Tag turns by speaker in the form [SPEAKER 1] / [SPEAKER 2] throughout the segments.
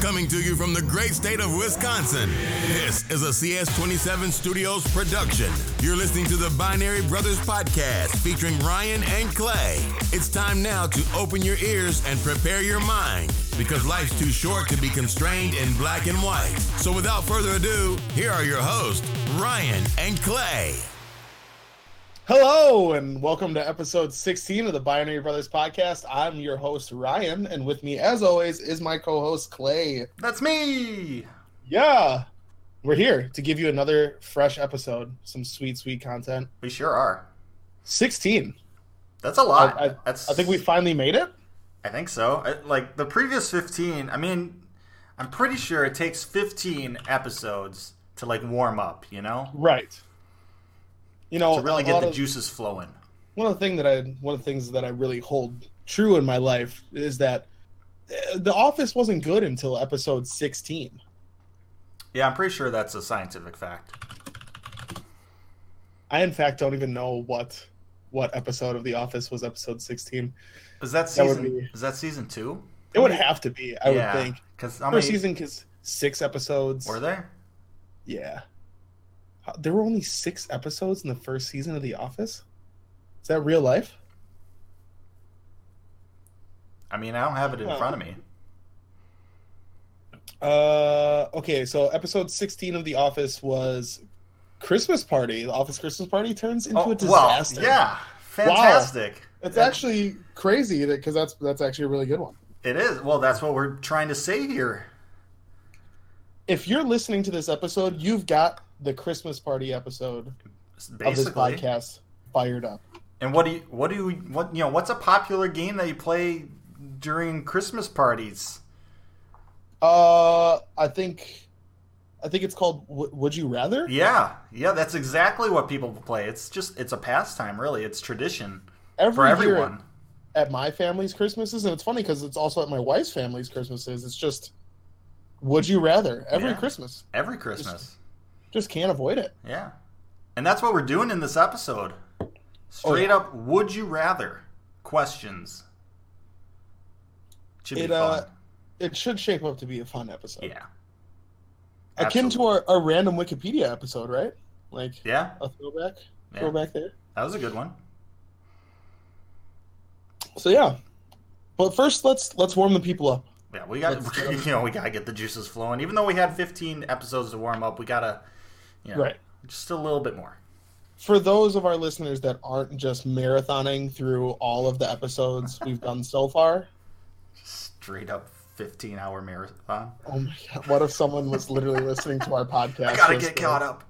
[SPEAKER 1] Coming to you from the great state of Wisconsin, this is a CS27 Studios production. You're listening to the Binary Brothers podcast featuring Ryan and Clay. It's time now to open your ears and prepare your mind because life's too short to be constrained in black and white. So without further ado, here are your hosts, Ryan and Clay.
[SPEAKER 2] Hello and welcome to episode 16 of the Binary Brothers podcast. I'm your host Ryan, and with me, as always, is my co-host Clay.
[SPEAKER 3] That's me.
[SPEAKER 2] Yeah, we're here to give you another fresh episode, some sweet, sweet content.
[SPEAKER 3] We sure are.
[SPEAKER 2] 16.
[SPEAKER 3] That's a
[SPEAKER 2] I,
[SPEAKER 3] lot.
[SPEAKER 2] I,
[SPEAKER 3] That's.
[SPEAKER 2] I think we finally made it.
[SPEAKER 3] I think so. I, like the previous fifteen. I mean, I'm pretty sure it takes fifteen episodes to like warm up. You know,
[SPEAKER 2] Right. You know,
[SPEAKER 3] to really
[SPEAKER 2] a
[SPEAKER 3] get
[SPEAKER 2] lot
[SPEAKER 3] the
[SPEAKER 2] of-
[SPEAKER 3] juices flowing.
[SPEAKER 2] one of the thing that I one of the things that I really hold true in my life is that uh, the office wasn't good until episode 16.
[SPEAKER 3] Yeah, I'm pretty sure that's a scientific fact.
[SPEAKER 2] I in fact don't even know what what episode of The Office was episode 16.
[SPEAKER 3] Is that
[SPEAKER 2] That would
[SPEAKER 3] season?
[SPEAKER 2] be-
[SPEAKER 3] Is that season two?
[SPEAKER 2] It would have to be, I would think.
[SPEAKER 3] Because how many
[SPEAKER 2] First season, because six episodes.
[SPEAKER 3] were there?
[SPEAKER 2] Yeah. How- There were only six episodes in the first season of The Office? Is that real life?
[SPEAKER 3] I mean, I don't have it in
[SPEAKER 2] Huh.
[SPEAKER 3] front of me.
[SPEAKER 2] Uh, okay, so episode 16 of The Office was Christmas Party. The Office Christmas Party turns into
[SPEAKER 3] Oh,
[SPEAKER 2] a disaster.
[SPEAKER 3] well, yeah, fantastic.
[SPEAKER 2] It's actually crazy because that's that's actually a really good one.
[SPEAKER 3] It is. Well, that's what we're trying to say here.
[SPEAKER 2] If you're listening to this episode, you've got the Christmas Party episode of this
[SPEAKER 3] Basically.
[SPEAKER 2] podcast fired up.
[SPEAKER 3] And what do you, what do you, what you know? What's a popular game that you play during Christmas parties?
[SPEAKER 2] Uh, I think, I think it's called w- "Would You Rather."
[SPEAKER 3] Yeah, yeah, that's exactly what people play. It's just it's a pastime, really. It's tradition
[SPEAKER 2] Every
[SPEAKER 3] for
[SPEAKER 2] year
[SPEAKER 3] everyone.
[SPEAKER 2] at my family's Christmases, and it's funny because it's also at my wife's family's Christmases. It's just "Would You Rather" every
[SPEAKER 3] Yeah.
[SPEAKER 2] Christmas.
[SPEAKER 3] Every Christmas.
[SPEAKER 2] Just can't avoid it.
[SPEAKER 3] Yeah, and that's what we're doing in this episode.
[SPEAKER 2] Oh,
[SPEAKER 3] Straight up, would you rather questions? Should be
[SPEAKER 2] It, uh,
[SPEAKER 3] fun.
[SPEAKER 2] It should shape up to be a fun episode,
[SPEAKER 3] Yeah,
[SPEAKER 2] akin to our, our random Wikipedia episode, right? Like
[SPEAKER 3] yeah,
[SPEAKER 2] a throwback,
[SPEAKER 3] yeah.
[SPEAKER 2] throwback there.
[SPEAKER 3] That was a good one.
[SPEAKER 2] So yeah, but first let's let's warm the people up.
[SPEAKER 3] Yeah, we got
[SPEAKER 2] Let's get 'em.
[SPEAKER 3] you know we gotta get the juices flowing. Even though we had 15 episodes to warm up, we gotta you know,
[SPEAKER 2] Right.
[SPEAKER 3] just a little bit more.
[SPEAKER 2] for those of our listeners that aren't just marathoning through all of the episodes we've done so far,
[SPEAKER 3] Straight up 15 hour marathon.
[SPEAKER 2] oh my god, what if someone was literally listening to our podcast?
[SPEAKER 3] I gotta
[SPEAKER 2] just
[SPEAKER 3] get
[SPEAKER 2] to-
[SPEAKER 3] caught up.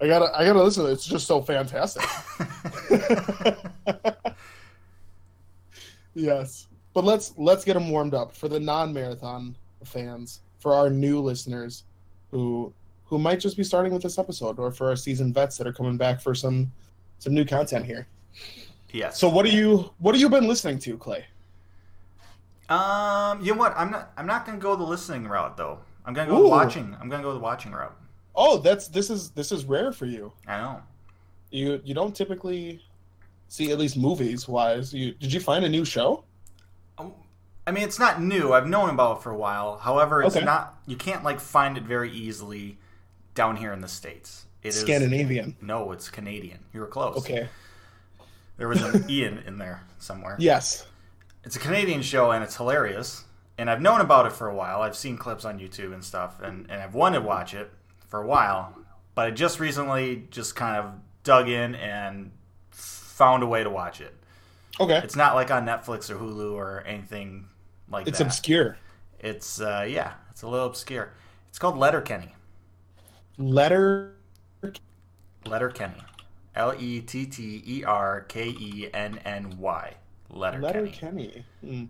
[SPEAKER 2] I gotta, I gotta listen. to it. It's just so fantastic. yes, but let's let's get them warmed up for the non-marathon fans, for our new listeners, who who might just be starting with this episode, or for our seasoned vets that are coming back for some some new content here.
[SPEAKER 3] Yes.
[SPEAKER 2] So, what are you what have you been listening to, Clay?
[SPEAKER 3] um, you know what? I'm not I'm not gonna go the listening route though. I'm gonna go the
[SPEAKER 2] Ooh.
[SPEAKER 3] watching. I'm gonna go the watching route.
[SPEAKER 2] Oh, that's this is this is rare for you.
[SPEAKER 3] I know.
[SPEAKER 2] You you don't typically see at least movies wise. You did you find a new show?
[SPEAKER 3] Oh, I mean, it's not new. I've known about it for a while. However, it's
[SPEAKER 2] Okay.
[SPEAKER 3] not. You can't like find it very easily down here in the states. It is
[SPEAKER 2] Scandinavian.
[SPEAKER 3] No, it's Canadian. You were close.
[SPEAKER 2] Okay.
[SPEAKER 3] There was an Ian in there somewhere.
[SPEAKER 2] Yes.
[SPEAKER 3] It's a Canadian show and it's hilarious. And I've known about it for a while. I've seen clips on YouTube and stuff, and, and I've wanted to watch it for a while. But I just recently just kind of dug in and found a way to watch it.
[SPEAKER 2] Okay.
[SPEAKER 3] It's not like on Netflix or Hulu or anything like
[SPEAKER 2] It's
[SPEAKER 3] that.
[SPEAKER 2] obscure.
[SPEAKER 3] It's, uh, yeah, it's a little obscure. It's called Letterkenny.
[SPEAKER 2] Letter.
[SPEAKER 3] Letterkenny. L E T T E R K E N N Y.
[SPEAKER 2] Letter
[SPEAKER 3] Letterkenny.
[SPEAKER 2] Kenny. Hmm.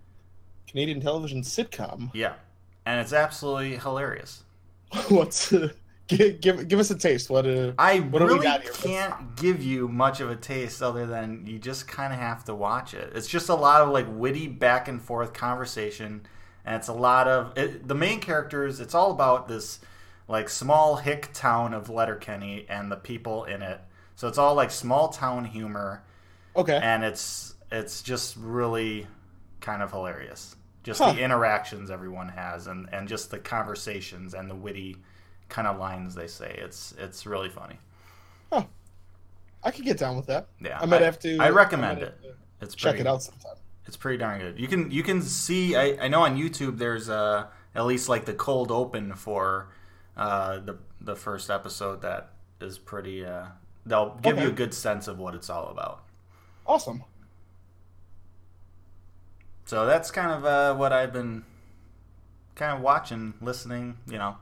[SPEAKER 2] Canadian television sitcom.
[SPEAKER 3] Yeah. And it's absolutely hilarious.
[SPEAKER 2] What's uh, give, give give us a taste? What uh,
[SPEAKER 3] I
[SPEAKER 2] What do we
[SPEAKER 3] really
[SPEAKER 2] got here?
[SPEAKER 3] can't give you much of a taste other than you just kind of have to watch it. It's just a lot of like witty back and forth conversation, and it's a lot of it, the main characters. It's all about this like small hick town of Letterkenny and the people in it. So it's all like small town humor,
[SPEAKER 2] okay.
[SPEAKER 3] and it's it's just really kind of hilarious. just
[SPEAKER 2] Huh.
[SPEAKER 3] the interactions everyone has and, and just the conversations and the witty kind of lines they say. It's it's really funny.
[SPEAKER 2] I could get down with that.
[SPEAKER 3] Yeah,
[SPEAKER 2] I might have to.
[SPEAKER 3] I recommend
[SPEAKER 2] I might have
[SPEAKER 3] it.
[SPEAKER 2] to
[SPEAKER 3] It's
[SPEAKER 2] Check
[SPEAKER 3] pretty,
[SPEAKER 2] it out sometime.
[SPEAKER 3] It's pretty darn good. You can you can see. I, I know on YouTube there's uh at least like the cold open for uh, the the first episode that is pretty. Uh, they'll give you
[SPEAKER 2] Okay.
[SPEAKER 3] a good sense of what it's all about.
[SPEAKER 2] Awesome.
[SPEAKER 3] So that's kind of uh, what I've been kind of watching, listening. You know,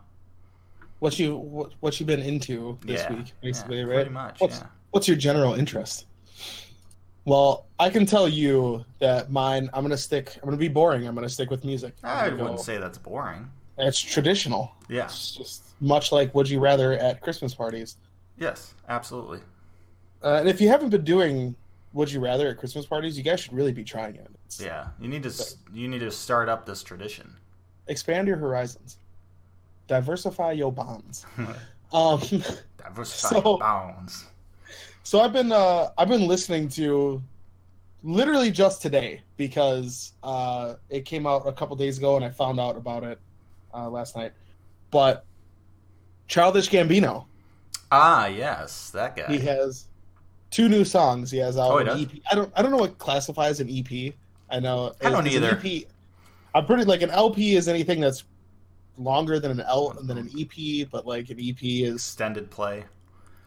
[SPEAKER 2] What you what, what you been into this
[SPEAKER 3] Yeah.
[SPEAKER 2] week, basically,
[SPEAKER 3] Yeah,
[SPEAKER 2] right?
[SPEAKER 3] pretty much,
[SPEAKER 2] What's,
[SPEAKER 3] yeah.
[SPEAKER 2] what's your general interest? Well, I can tell you that mine. I'm gonna stick. I'm gonna be boring. I'm gonna stick with music.
[SPEAKER 3] I
[SPEAKER 2] I'm gonna
[SPEAKER 3] wouldn't
[SPEAKER 2] go-
[SPEAKER 3] say that's boring.
[SPEAKER 2] it's traditional.
[SPEAKER 3] Yeah.
[SPEAKER 2] It's just much like Would You Rather at Christmas parties.
[SPEAKER 3] Yes. Absolutely.
[SPEAKER 2] Uh, and if you haven't been doing Would You Rather at Christmas parties, you guys should really be trying it. It's-
[SPEAKER 3] Yeah. You need to s- you need to start up this tradition.
[SPEAKER 2] Expand your horizons. Diversify your bonds. um,
[SPEAKER 3] Diversify your
[SPEAKER 2] So-
[SPEAKER 3] bounds.
[SPEAKER 2] so I've been uh, I've been listening to literally just today because uh, it came out a couple days ago and I found out about it uh, last night. But Childish Gambino,
[SPEAKER 3] Ah, yes, that guy.
[SPEAKER 2] he has two new songs. He has out
[SPEAKER 3] Oh, he
[SPEAKER 2] an
[SPEAKER 3] does?
[SPEAKER 2] EP. I don't I don't know what classifies an EP. I know
[SPEAKER 3] I don't
[SPEAKER 2] it's an
[SPEAKER 3] either.
[SPEAKER 2] EP. I'm pretty like an LP is anything that's longer than an L than an EP, but like an EP is
[SPEAKER 3] Extended play.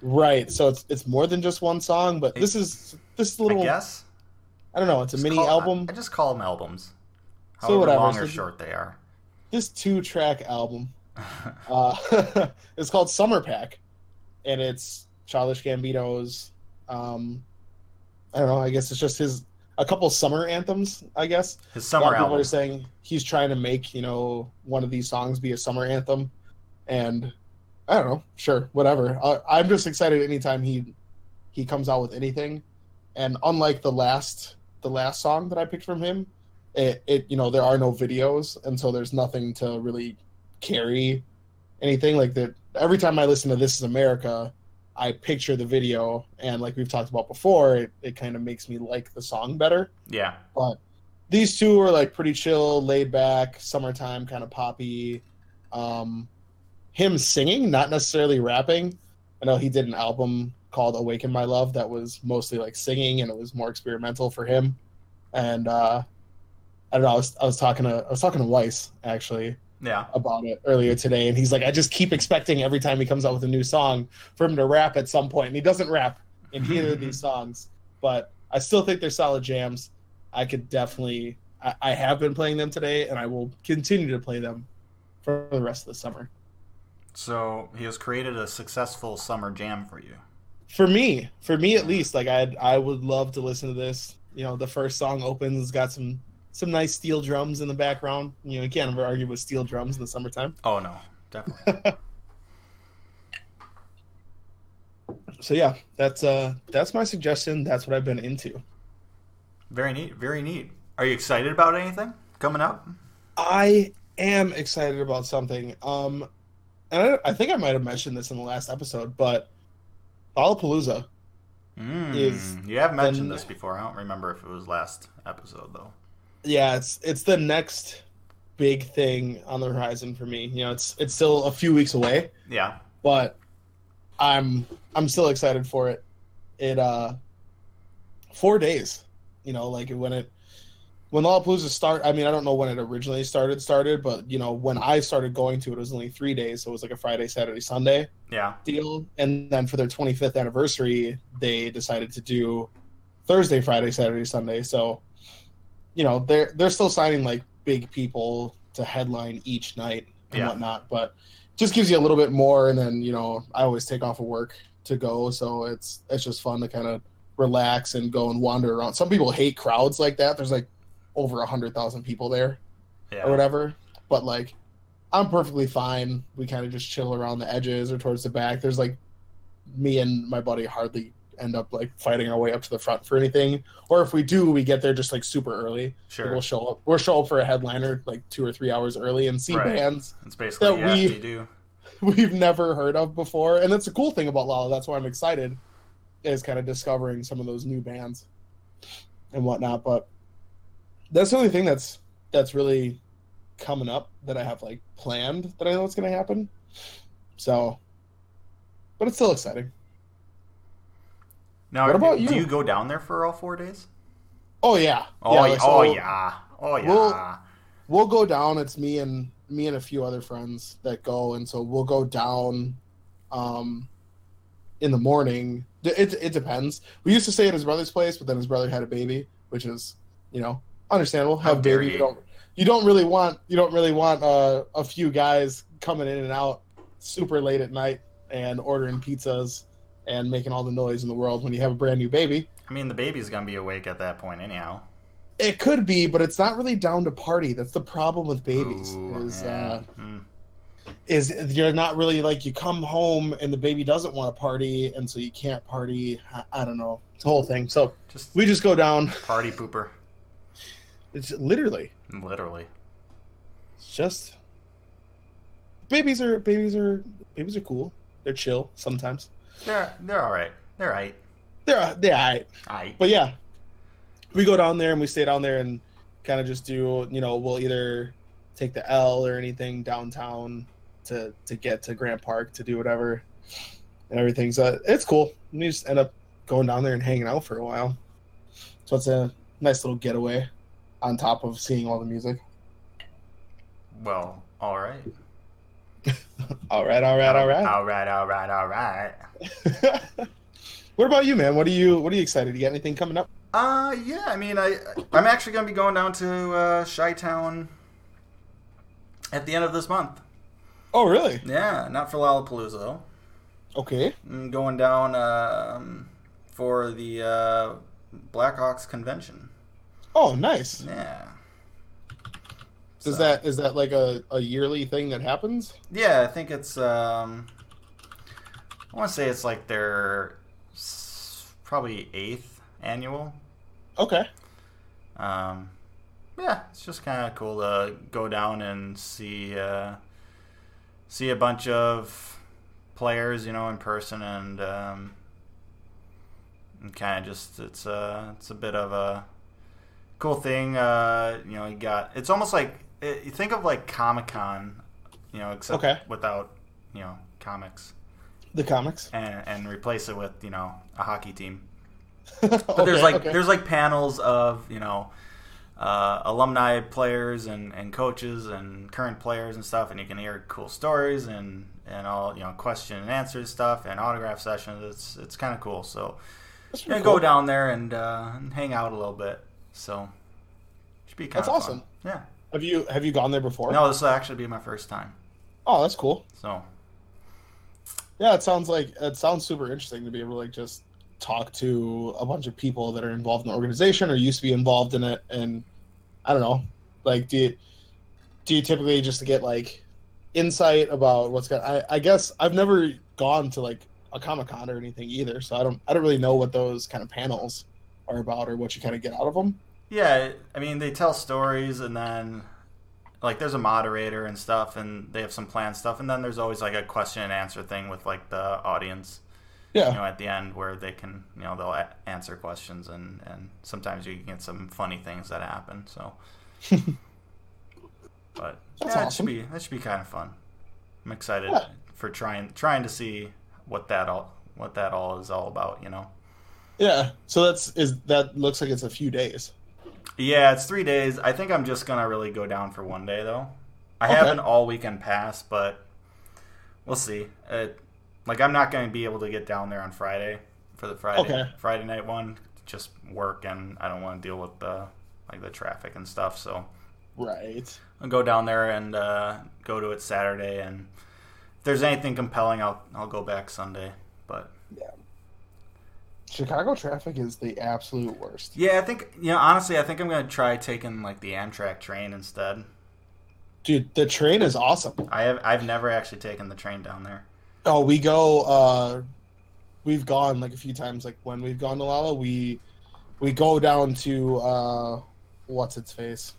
[SPEAKER 2] right. So it's it's more than just one song, but this is this is a little
[SPEAKER 3] I
[SPEAKER 2] I,
[SPEAKER 3] guess.
[SPEAKER 2] don't know. It's a
[SPEAKER 3] Just
[SPEAKER 2] mini
[SPEAKER 3] call-
[SPEAKER 2] album.
[SPEAKER 3] I, I just call them albums.
[SPEAKER 2] So
[SPEAKER 3] However
[SPEAKER 2] whatever,
[SPEAKER 3] long
[SPEAKER 2] so
[SPEAKER 3] or
[SPEAKER 2] just-
[SPEAKER 3] short they are.
[SPEAKER 2] This two track album. Uh, it's called Summer Pack, and it's Childish Gambino's. Um, I don't know. I guess it's just his a couple summer anthems. I guess
[SPEAKER 3] His
[SPEAKER 2] a lot
[SPEAKER 3] summer
[SPEAKER 2] of people
[SPEAKER 3] album.
[SPEAKER 2] are saying he's trying to make you know one of these songs be a summer anthem, and I don't know, sure, whatever. I, I'm just excited anytime he he comes out with anything, and unlike the last the last song that I picked from him, it, it you know there are no videos, and so there's nothing to really carry anything like that. Every time I listen to This Is America. I picture the video, and like we've talked about before, it, it kind of makes me like the song better
[SPEAKER 3] Yeah.
[SPEAKER 2] these two are like pretty chill, laid back, summertime kind of poppy. Um, him singing, not necessarily rapping. I know he did an album called "Awaken My Love" that was mostly like singing, and it was more experimental for him. And uh, I don't know. I was, I was talking to I was talking to Weiss actually
[SPEAKER 3] Yeah.
[SPEAKER 2] about it earlier today, and he's like, I just keep expecting every time he comes out with a new song for him to rap at some point, and he doesn't rap in either of these songs. But I still think they're solid jams. I could definitely, I, I have been playing them today, and I will continue to play them for the rest of the summer.
[SPEAKER 3] So he has created a successful summer jam for you.
[SPEAKER 2] For me, for me at least, like I, I would love to listen to this. You know, the first song opens, it's got some some nice steel drums in the background. You know, you can't ever argue with steel drums in the summertime.
[SPEAKER 3] Oh no, definitely.
[SPEAKER 2] So yeah, that's uh that's my suggestion. That's what I've been into.
[SPEAKER 3] very neat. Very neat. Are you excited about anything coming up?
[SPEAKER 2] I am excited about something. Um, and I, I think I might have mentioned this in the last episode, but Lollapalooza.
[SPEAKER 3] Mm,
[SPEAKER 2] Is
[SPEAKER 3] you have mentioned
[SPEAKER 2] the-
[SPEAKER 3] this before. I don't remember if it was last episode though.
[SPEAKER 2] Yeah, it's it's the next big thing on the horizon for me. You know, it's it's still a few weeks away,
[SPEAKER 3] Yeah.
[SPEAKER 2] but I'm I'm still excited for it. It uh, four days. You know, like when it when Lollapalooza start. I mean, I don't know when it originally started started, but you know, when I started going to it, it was only three days, so it was like a Friday, Saturday, Sunday.
[SPEAKER 3] Yeah.
[SPEAKER 2] deal and then for their 25th anniversary they decided to do thursday friday saturday sunday so you know they're they're still signing like big people to headline each night and
[SPEAKER 3] Yeah.
[SPEAKER 2] whatnot but just gives you a little bit more and then you know i always take off of work to go so it's it's just fun to kind of relax and go and wander around some people hate crowds like that there's like over a hundred thousand people there
[SPEAKER 3] Yeah.
[SPEAKER 2] or whatever. But like, I'm perfectly fine. We kind of just chill around the edges or towards the back. There's like, me and my buddy hardly end up like fighting our way up to the front for anything. Or if we do, we get there just like super early. Like,
[SPEAKER 3] Sure.
[SPEAKER 2] We'll show up. We'll show up for a headliner like two or three hours early and see
[SPEAKER 3] Right.
[SPEAKER 2] bands
[SPEAKER 3] It's basically
[SPEAKER 2] that
[SPEAKER 3] yeah,
[SPEAKER 2] we-
[SPEAKER 3] you do.
[SPEAKER 2] we've never heard of before. And that's the cool thing about Lala. That's why I'm excited, is kind of discovering some of those new bands and whatnot. But that's the only thing that's that's really coming up that I have like planned that I know it's going to happen. So, but it's still exciting.
[SPEAKER 3] Now,
[SPEAKER 2] What about
[SPEAKER 3] do
[SPEAKER 2] you?
[SPEAKER 3] you go down there for all four days?
[SPEAKER 2] Oh yeah.
[SPEAKER 3] Oh,
[SPEAKER 2] like,
[SPEAKER 3] yeah, oh,
[SPEAKER 2] so
[SPEAKER 3] yeah. Oh, yeah.
[SPEAKER 2] Well- We'll go down. It's me and me and a few other friends that go, and so we'll go down, um, in the morning. D- It it depends. We used to stay at his brother's place, but then his brother had a baby, which is you know understandable.
[SPEAKER 3] How
[SPEAKER 2] Have
[SPEAKER 3] dare
[SPEAKER 2] baby,
[SPEAKER 3] you.
[SPEAKER 2] you don't you don't really want you don't really want uh, a few guys coming in and out super late at night and ordering pizzas and making all the noise in the world when you have a brand new baby.
[SPEAKER 3] I mean, the baby's going to be awake at that point, anyhow.
[SPEAKER 2] It could be, but it's not really down to party. That's the problem with babies.
[SPEAKER 3] Ooh,
[SPEAKER 2] is
[SPEAKER 3] yeah.
[SPEAKER 2] uh,
[SPEAKER 3] Mm.
[SPEAKER 2] is you're not really like you come home and the baby doesn't want to party, and so you can't party. I, I don't know. It's a whole thing. So
[SPEAKER 3] Just
[SPEAKER 2] we just go down.
[SPEAKER 3] party pooper,
[SPEAKER 2] It's literally
[SPEAKER 3] literally.
[SPEAKER 2] it's just babies are babies are babies are cool. They're chill sometimes.
[SPEAKER 3] They're they're all right. They're all right.
[SPEAKER 2] They're they're all right.
[SPEAKER 3] All right.
[SPEAKER 2] But yeah, we go down there and we stay down there and kind of just do, you know, we'll either take the L or anything downtown to to get to Grant Park to do whatever and everything. So it's cool. We just end up going down there and hanging out for a while. So it's a nice little getaway on top of seeing all the music.
[SPEAKER 3] Well, all right.
[SPEAKER 2] All right, all right, all right.
[SPEAKER 3] All right. All right. All right.
[SPEAKER 2] what about you, man? What are you what are you excited? You got anything coming up?
[SPEAKER 3] Uh, yeah. I mean, I I'm actually gonna be going down to uh, Chi Town at the end of this month.
[SPEAKER 2] Oh really?
[SPEAKER 3] Yeah, not for Lollapalooza though.
[SPEAKER 2] Okay.
[SPEAKER 3] I'm mm, going down um, for the uh, Blackhawks convention.
[SPEAKER 2] Oh nice.
[SPEAKER 3] Yeah.
[SPEAKER 2] Is
[SPEAKER 3] So-
[SPEAKER 2] that is that like a, a yearly thing that happens?
[SPEAKER 3] Yeah, I think it's. Um, I want to say it's like their s- probably eighth annual.
[SPEAKER 2] Okay.
[SPEAKER 3] Um, yeah, it's just kind of cool to go down and see uh, see a bunch of players, you know, in person, and, um, and kind of just it's a it's a bit of a cool thing. Uh, you know, you got it's almost like it, you think of like Comic Con, you know, except
[SPEAKER 2] Okay.
[SPEAKER 3] without you know comics,
[SPEAKER 2] The comics.
[SPEAKER 3] and and replace it with you know a hockey team.
[SPEAKER 2] but
[SPEAKER 3] But there's like there's like panels of you know uh, alumni players and, and coaches and current players and stuff, and you can hear cool stories and and all you know question and answer stuff and autograph sessions. It's it's kind of cool. So
[SPEAKER 2] That's,
[SPEAKER 3] yeah,
[SPEAKER 2] pretty
[SPEAKER 3] go
[SPEAKER 2] cool.
[SPEAKER 3] down there and, uh, and hang out a little bit. So should be kind
[SPEAKER 2] That's
[SPEAKER 3] of
[SPEAKER 2] awesome.
[SPEAKER 3] Yeah.
[SPEAKER 2] Have you have you gone there before?
[SPEAKER 3] No, this will actually be my first time.
[SPEAKER 2] Oh, that's cool.
[SPEAKER 3] So
[SPEAKER 2] Yeah, it sounds like it sounds super interesting to be able to like just talk to a bunch of people that are involved in the organization or used to be involved in it. And I don't know, like do you do you typically just get like insight about what's going? I I guess I've never gone to like a comic con or anything either, so I don't I don't really know what those kind of panels are about or what you kind of get out of them.
[SPEAKER 3] Yeah, I mean, they tell stories and then like there's a moderator and stuff and they have some planned stuff and then there's always like a question and answer thing with like the audience,
[SPEAKER 2] Yeah.
[SPEAKER 3] you know, at the end where they can, you know, they'll a- answer questions and and sometimes you can get some funny things that happen, so but
[SPEAKER 2] That's
[SPEAKER 3] yeah, that
[SPEAKER 2] awesome.
[SPEAKER 3] should be that should be kind of fun. I'm excited
[SPEAKER 2] Yeah.
[SPEAKER 3] for trying trying to see what that all what that all is all about, you know.
[SPEAKER 2] Yeah. So that's is that looks like it's a few days.
[SPEAKER 3] Yeah, it's three days. I think I'm just gonna really go down for one day though. I have
[SPEAKER 2] Okay.
[SPEAKER 3] an all weekend pass, but we'll see. It, like I'm not gonna be able to get down there on Friday for the Friday
[SPEAKER 2] Okay.
[SPEAKER 3] Friday night one. Just work, and I don't want to deal with the like the traffic and stuff. So
[SPEAKER 2] Right.
[SPEAKER 3] I'll go down there and uh, go to it Saturday, and if there's anything compelling, I'll I'll go back Sunday. But
[SPEAKER 2] Chicago traffic is the absolute worst.
[SPEAKER 3] yeah, I think you know honestly, I think I'm gonna try taking like the Amtrak train instead.
[SPEAKER 2] Dude, the train is awesome.
[SPEAKER 3] I have I've never actually taken the train down there.
[SPEAKER 2] Oh, we go uh we've gone like a few times like when we've gone to Lala, we we go down to uh what's its face?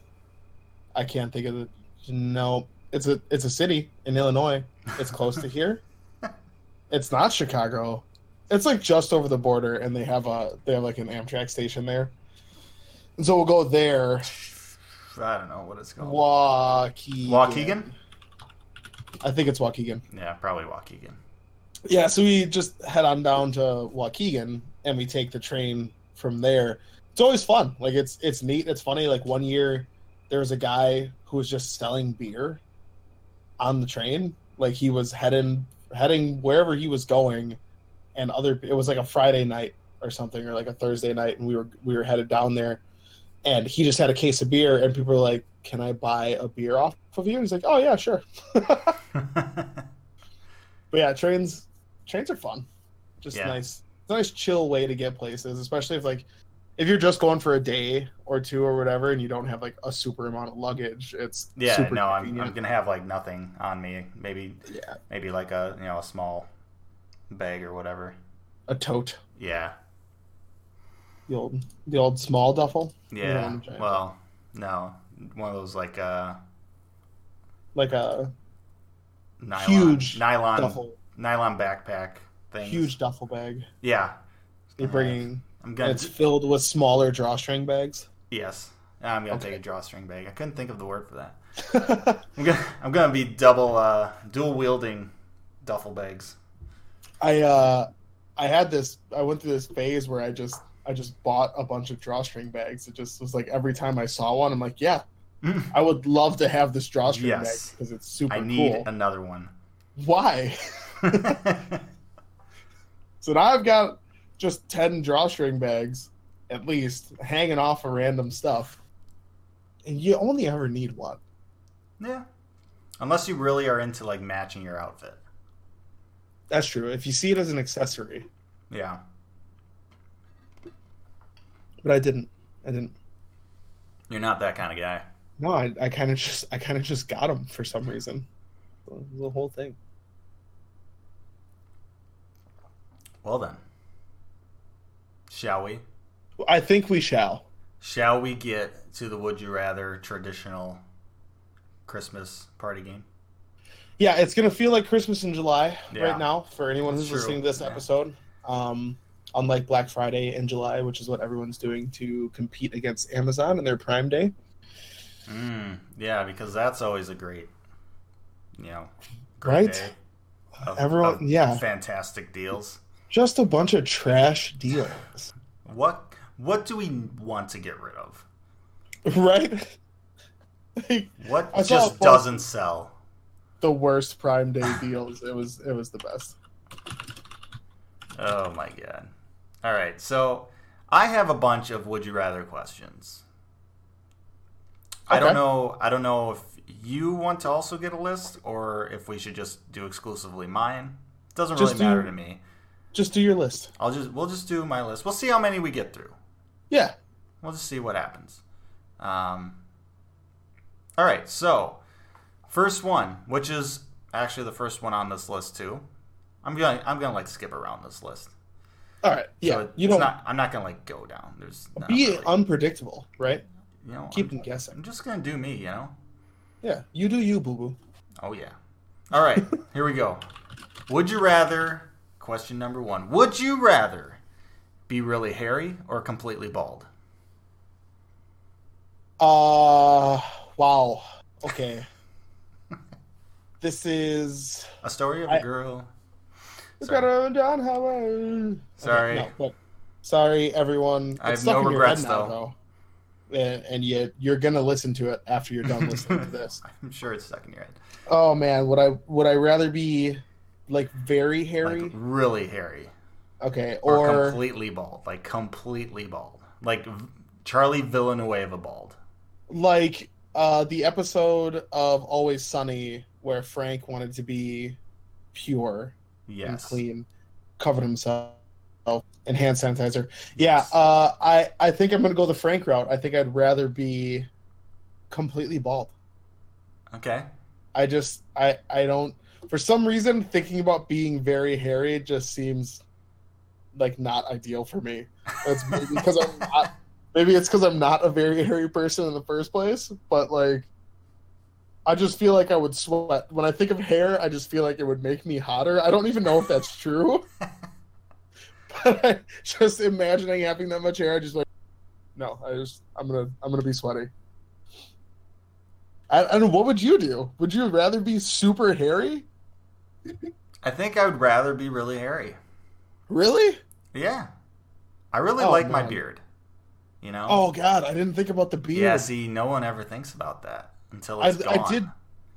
[SPEAKER 2] I can't think of it. No. It's a it's a city in Illinois. It's close to here. It's not Chicago. It's like just over the border and they have a they have like an Amtrak station there. And so we'll go there
[SPEAKER 3] I don't know what it's called.
[SPEAKER 2] Waukegan.
[SPEAKER 3] Waukegan?
[SPEAKER 2] I think it's Waukegan.
[SPEAKER 3] Yeah, probably Waukegan.
[SPEAKER 2] Yeah, so we just head on down to Waukegan and we take the train from there. It's always fun. Like it's it's neat. It's funny. Like one year there was a guy who was just selling beer on the train. Like he was heading heading wherever he was going, and other it was like a Friday night or something or like a Thursday night, and we were we were headed down there, and he just had a case of beer, and people were like, "Can I buy a beer off of you?" He's like, "Oh yeah, sure." but yeah, trains trains are fun. Just
[SPEAKER 3] Yeah.
[SPEAKER 2] nice, it's a nice chill way to get places, especially if like if you're just going for a day or two or whatever and you don't have like a super amount of luggage, it's
[SPEAKER 3] yeah,
[SPEAKER 2] super
[SPEAKER 3] no, I'm,
[SPEAKER 2] convenient.
[SPEAKER 3] I'm gonna have like nothing on me. Maybe
[SPEAKER 2] yeah,
[SPEAKER 3] maybe like a you know a small bag or whatever.
[SPEAKER 2] a tote,
[SPEAKER 3] Yeah,
[SPEAKER 2] the old the old small duffel,
[SPEAKER 3] yeah.
[SPEAKER 2] I'm trying-
[SPEAKER 3] Well, no, one of those like uh
[SPEAKER 2] like a
[SPEAKER 3] nylon,
[SPEAKER 2] Huge
[SPEAKER 3] nylon
[SPEAKER 2] duffel,
[SPEAKER 3] nylon backpack thing.
[SPEAKER 2] huge duffel bag.
[SPEAKER 3] Yeah, Uh-huh.
[SPEAKER 2] You're bringing,
[SPEAKER 3] I'm
[SPEAKER 2] and
[SPEAKER 3] gonna
[SPEAKER 2] it's filled with smaller drawstring bags.
[SPEAKER 3] yes. I'm gonna
[SPEAKER 2] Okay.
[SPEAKER 3] take a drawstring bag. I couldn't think of the word for that.
[SPEAKER 2] I
[SPEAKER 3] I'm gonna I'm gonna be double uh dual wielding duffel bags.
[SPEAKER 2] uh, I had this. I went through this phase where I just, I just bought a bunch of drawstring bags. It just was like every time I saw one, I'm like, yeah, I would love to have this drawstring
[SPEAKER 3] Mm.
[SPEAKER 2] bag
[SPEAKER 3] Yes.
[SPEAKER 2] because it's super
[SPEAKER 3] I need
[SPEAKER 2] cool.
[SPEAKER 3] another one.
[SPEAKER 2] Why? So now I've got just 10 drawstring bags, at least, hanging off of random stuff. And you only ever need one.
[SPEAKER 3] yeah. Unless you really are into like matching your outfit.
[SPEAKER 2] That's true. If you see it as an accessory,
[SPEAKER 3] Yeah.
[SPEAKER 2] but I didn't. I didn't.
[SPEAKER 3] You're not that kind of guy.
[SPEAKER 2] No, I, I kind of just, I kind of just got them for some reason. The whole thing.
[SPEAKER 3] Well then. Shall we?
[SPEAKER 2] I think we shall.
[SPEAKER 3] Shall we get to the would you rather traditional Christmas party game?
[SPEAKER 2] Yeah, it's gonna feel like Christmas in July
[SPEAKER 3] Yeah.
[SPEAKER 2] right now for anyone who's
[SPEAKER 3] That's true.
[SPEAKER 2] listening to this
[SPEAKER 3] Yeah.
[SPEAKER 2] episode. Um, unlike Black Friday in July, which is what everyone's doing to compete against Amazon and their Prime Day.
[SPEAKER 3] Mm, yeah, because that's always a great, you know,
[SPEAKER 2] Right?
[SPEAKER 3] day of-
[SPEAKER 2] Everyone-
[SPEAKER 3] of
[SPEAKER 2] yeah.
[SPEAKER 3] fantastic deals.
[SPEAKER 2] Just a bunch of trash deals,
[SPEAKER 3] What what do we want to get rid of?
[SPEAKER 2] right? Like,
[SPEAKER 3] What
[SPEAKER 2] I saw a
[SPEAKER 3] just
[SPEAKER 2] post-
[SPEAKER 3] doesn't sell?
[SPEAKER 2] the worst Prime Day deals. It was it was the best.
[SPEAKER 3] Oh my god! All right, so I have a bunch of would you rather questions. I don't
[SPEAKER 2] Okay.
[SPEAKER 3] know. I don't know if you want to also get a list or if we should just do exclusively mine. doesn't
[SPEAKER 2] Just
[SPEAKER 3] really matter
[SPEAKER 2] do-
[SPEAKER 3] to me.
[SPEAKER 2] Just do your list.
[SPEAKER 3] I'll just we'll just do my list. We'll see how many we get through.
[SPEAKER 2] Yeah.
[SPEAKER 3] We'll just see what happens. Um, all right, so first one, which is actually the first one on this list too. I'm gonna I'm gonna like skip around this list.
[SPEAKER 2] All right. Yeah.
[SPEAKER 3] So
[SPEAKER 2] you
[SPEAKER 3] it's
[SPEAKER 2] don't
[SPEAKER 3] not. I'm not gonna like go down. There's not
[SPEAKER 2] be
[SPEAKER 3] really-
[SPEAKER 2] unpredictable, right?
[SPEAKER 3] you know,
[SPEAKER 2] Keep
[SPEAKER 3] I'm,
[SPEAKER 2] them guessing.
[SPEAKER 3] I'm just gonna do me. You know.
[SPEAKER 2] Yeah. You do you, boo boo.
[SPEAKER 3] Oh yeah. All right, here we go. Would you rather? Question number one. Would you rather be really hairy or completely bald?
[SPEAKER 2] Uh wow. Okay. this is
[SPEAKER 3] A story of a
[SPEAKER 2] I-
[SPEAKER 3] girl.
[SPEAKER 2] it's
[SPEAKER 3] Sorry.
[SPEAKER 2] got a John Howard.
[SPEAKER 3] Sorry.
[SPEAKER 2] Okay, no, but sorry everyone. It's
[SPEAKER 3] I have
[SPEAKER 2] stuck
[SPEAKER 3] no
[SPEAKER 2] in your
[SPEAKER 3] regrets,
[SPEAKER 2] head now,
[SPEAKER 3] though.
[SPEAKER 2] though. And, and yet you're gonna listen to it after you're done listening to this.
[SPEAKER 3] I'm sure it's stuck in your head.
[SPEAKER 2] Oh man, would I would I rather be like very hairy?
[SPEAKER 3] Like really hairy.
[SPEAKER 2] okay,
[SPEAKER 3] or,
[SPEAKER 2] or
[SPEAKER 3] completely bald, like completely bald, like v- Charlie Villanueva bald.
[SPEAKER 2] like uh the episode of Always Sunny where Frank wanted to be pure and
[SPEAKER 3] Yes.
[SPEAKER 2] clean, covered himself in hand sanitizer. Yeah,
[SPEAKER 3] Yes.
[SPEAKER 2] uh, I I think I'm gonna go the Frank route. I think I'd rather be completely bald.
[SPEAKER 3] Okay.
[SPEAKER 2] I just I I don't for some reason thinking about being very hairy just seems like not ideal for me. That's maybe because I'm not maybe it's because I'm not a very hairy person in the first place, but like I just feel like I would sweat. When I think of hair, I just feel like it would make me hotter. I don't even know if that's true. but I, just imagining having that much hair, I just like no, I just I'm gonna I'm gonna be sweaty. I, and what would you do? Would you rather be super hairy?
[SPEAKER 3] I think I would rather be really hairy.
[SPEAKER 2] Really?
[SPEAKER 3] Yeah. I really
[SPEAKER 2] Oh,
[SPEAKER 3] like my
[SPEAKER 2] man.
[SPEAKER 3] beard. You know?
[SPEAKER 2] Oh God, I didn't think about the beard.
[SPEAKER 3] yeah, see, no one ever thinks about that until
[SPEAKER 2] I,
[SPEAKER 3] it's gone.
[SPEAKER 2] I did.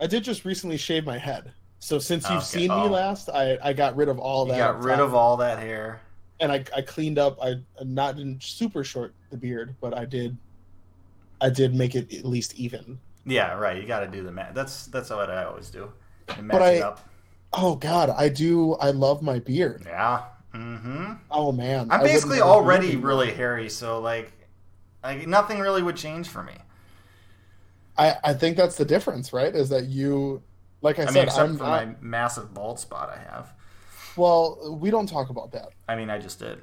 [SPEAKER 2] I did just recently shave my head. So since you've
[SPEAKER 3] Okay,
[SPEAKER 2] seen
[SPEAKER 3] oh.
[SPEAKER 2] me last, I, I got rid of all
[SPEAKER 3] You
[SPEAKER 2] that.
[SPEAKER 3] got rid
[SPEAKER 2] top.
[SPEAKER 3] of all that hair.
[SPEAKER 2] and I, I cleaned up. I I'm not in super short the beard, but I did, I did make it at least even.
[SPEAKER 3] Yeah, right. You got to do the match. That's that's what I always do. And match
[SPEAKER 2] But
[SPEAKER 3] it
[SPEAKER 2] I-
[SPEAKER 3] up.
[SPEAKER 2] Oh God, I do. I love my beard.
[SPEAKER 3] Yeah. Mm-hmm.
[SPEAKER 2] Oh man, I
[SPEAKER 3] I'm
[SPEAKER 2] wouldn't
[SPEAKER 3] basically
[SPEAKER 2] have a beard
[SPEAKER 3] already
[SPEAKER 2] anymore.
[SPEAKER 3] really hairy, so like, like nothing really would change for me.
[SPEAKER 2] I I think that's the difference, right? Is that you, like I,
[SPEAKER 3] I, mean,
[SPEAKER 2] said,
[SPEAKER 3] except
[SPEAKER 2] I'm
[SPEAKER 3] for
[SPEAKER 2] not.
[SPEAKER 3] my massive bald spot I have.
[SPEAKER 2] Well, we don't talk about that.
[SPEAKER 3] I mean, I just did.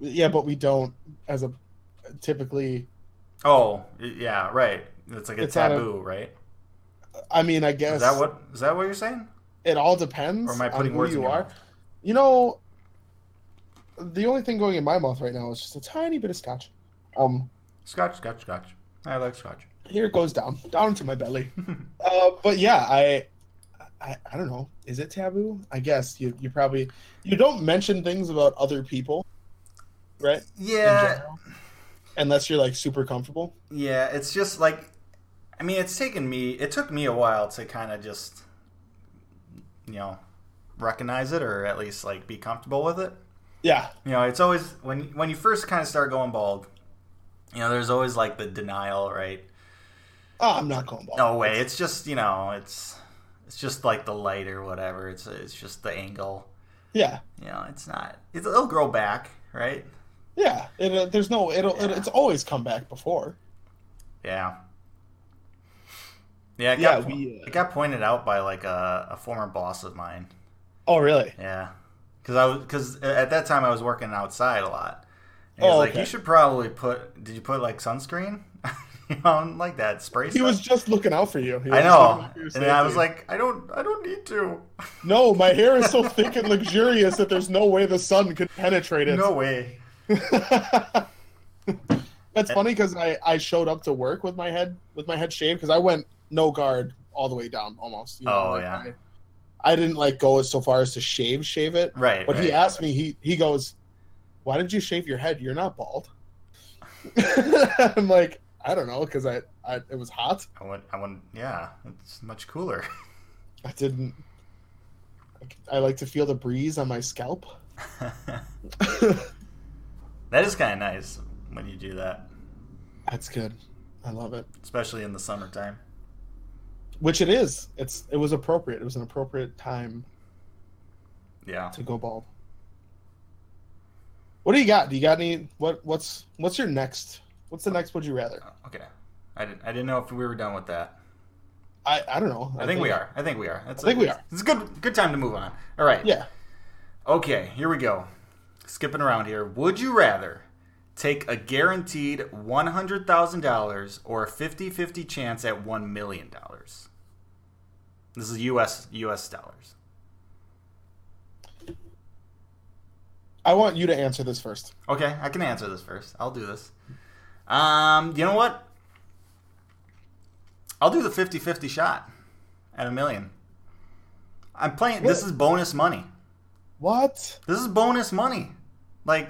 [SPEAKER 2] Yeah, but we don't as a typically.
[SPEAKER 3] Oh, y- yeah, right. It's like a
[SPEAKER 2] It's not a-
[SPEAKER 3] taboo, right?
[SPEAKER 2] I mean, I guess
[SPEAKER 3] Is that what is that what you're saying?
[SPEAKER 2] it all depends
[SPEAKER 3] Or am I
[SPEAKER 2] on
[SPEAKER 3] putting
[SPEAKER 2] who
[SPEAKER 3] words in
[SPEAKER 2] you
[SPEAKER 3] your
[SPEAKER 2] are.
[SPEAKER 3] mouth?
[SPEAKER 2] You know, the only thing going in my mouth right now is just a tiny bit of scotch. Um,
[SPEAKER 3] Scotch, scotch, scotch. I like scotch.
[SPEAKER 2] here it goes down, down into my belly. uh, but yeah, I, I, I don't know. Is it taboo? I guess you, you probably you don't mention things about other people, right? In
[SPEAKER 3] Yeah,
[SPEAKER 2] general, unless you're like super comfortable.
[SPEAKER 3] yeah. It's just like, I mean, it's taken me. It took me a while to kind of just, you know, recognize it or at least like be comfortable with it.
[SPEAKER 2] Yeah,
[SPEAKER 3] you know it's always when when you first kind of start going bald you know there's always like the denial right
[SPEAKER 2] oh, I'm not going bald.
[SPEAKER 3] no way it's just you know it's it's just like the light or whatever it's it's just the angle
[SPEAKER 2] Yeah,
[SPEAKER 3] you know it's not it's, it'll grow back right
[SPEAKER 2] yeah. It, uh, there's no. It'll, it'll. It's always come back before.
[SPEAKER 3] yeah yeah, it
[SPEAKER 2] Yeah,
[SPEAKER 3] got, po-
[SPEAKER 2] we, uh,
[SPEAKER 3] it got pointed out by like a, a former boss of mine
[SPEAKER 2] Oh, really?
[SPEAKER 3] Yeah, because I was because at that time I was working outside a lot. And he was
[SPEAKER 2] Oh,
[SPEAKER 3] like,
[SPEAKER 2] okay.
[SPEAKER 3] you should probably put. Did you put like sunscreen? you know, and like that spray.
[SPEAKER 2] He
[SPEAKER 3] stuff.
[SPEAKER 2] was just looking out for you. He
[SPEAKER 3] I
[SPEAKER 2] was
[SPEAKER 3] know,
[SPEAKER 2] looking out for
[SPEAKER 3] and
[SPEAKER 2] your
[SPEAKER 3] I was
[SPEAKER 2] safety.
[SPEAKER 3] like, I don't, I don't need to.
[SPEAKER 2] No, my hair is so thick and luxurious that there's no way the sun could penetrate it.
[SPEAKER 3] no way.
[SPEAKER 2] That's funny because I, I showed up to work with my head with my head shaved because I went no guard all the way down almost. you
[SPEAKER 3] Oh,
[SPEAKER 2] like,
[SPEAKER 3] yeah.
[SPEAKER 2] I, I didn't like go as so far as to shave shave it.
[SPEAKER 3] Right.
[SPEAKER 2] But
[SPEAKER 3] right.
[SPEAKER 2] he asked me he he goes, "Why did you shave your head? You're not bald." I'm like, I don't know because I, I it was hot.
[SPEAKER 3] I went. I went. Yeah, it's much cooler.
[SPEAKER 2] I didn't. I like to feel the breeze on my scalp.
[SPEAKER 3] that is kind of nice when you do that,
[SPEAKER 2] That's good. I love it.
[SPEAKER 3] especially in the summertime.
[SPEAKER 2] Which it is. It's it was appropriate. It was an appropriate time
[SPEAKER 3] Yeah.
[SPEAKER 2] to go bald. What do you got? Do you got any what what's what's your next what's the next would you rather?
[SPEAKER 3] Okay. I didn't. I didn't know if we were done with that.
[SPEAKER 2] I I don't know.
[SPEAKER 3] I, think, we are. I think we are. That's
[SPEAKER 2] I think we are.
[SPEAKER 3] It's a good good time to move on. All right.
[SPEAKER 2] Yeah.
[SPEAKER 3] Okay, here we go. Skipping around here. Would you rather take a guaranteed $100,000 or a 50-50 chance at $1 million? This is US US dollars.
[SPEAKER 2] I want you to answer this first.
[SPEAKER 3] Okay, I can answer this first. I'll do this. Um, you know what? I'll do the 50-50 shot at a million. I'm playing this is bonus money.
[SPEAKER 2] What?
[SPEAKER 3] This is bonus money. Like,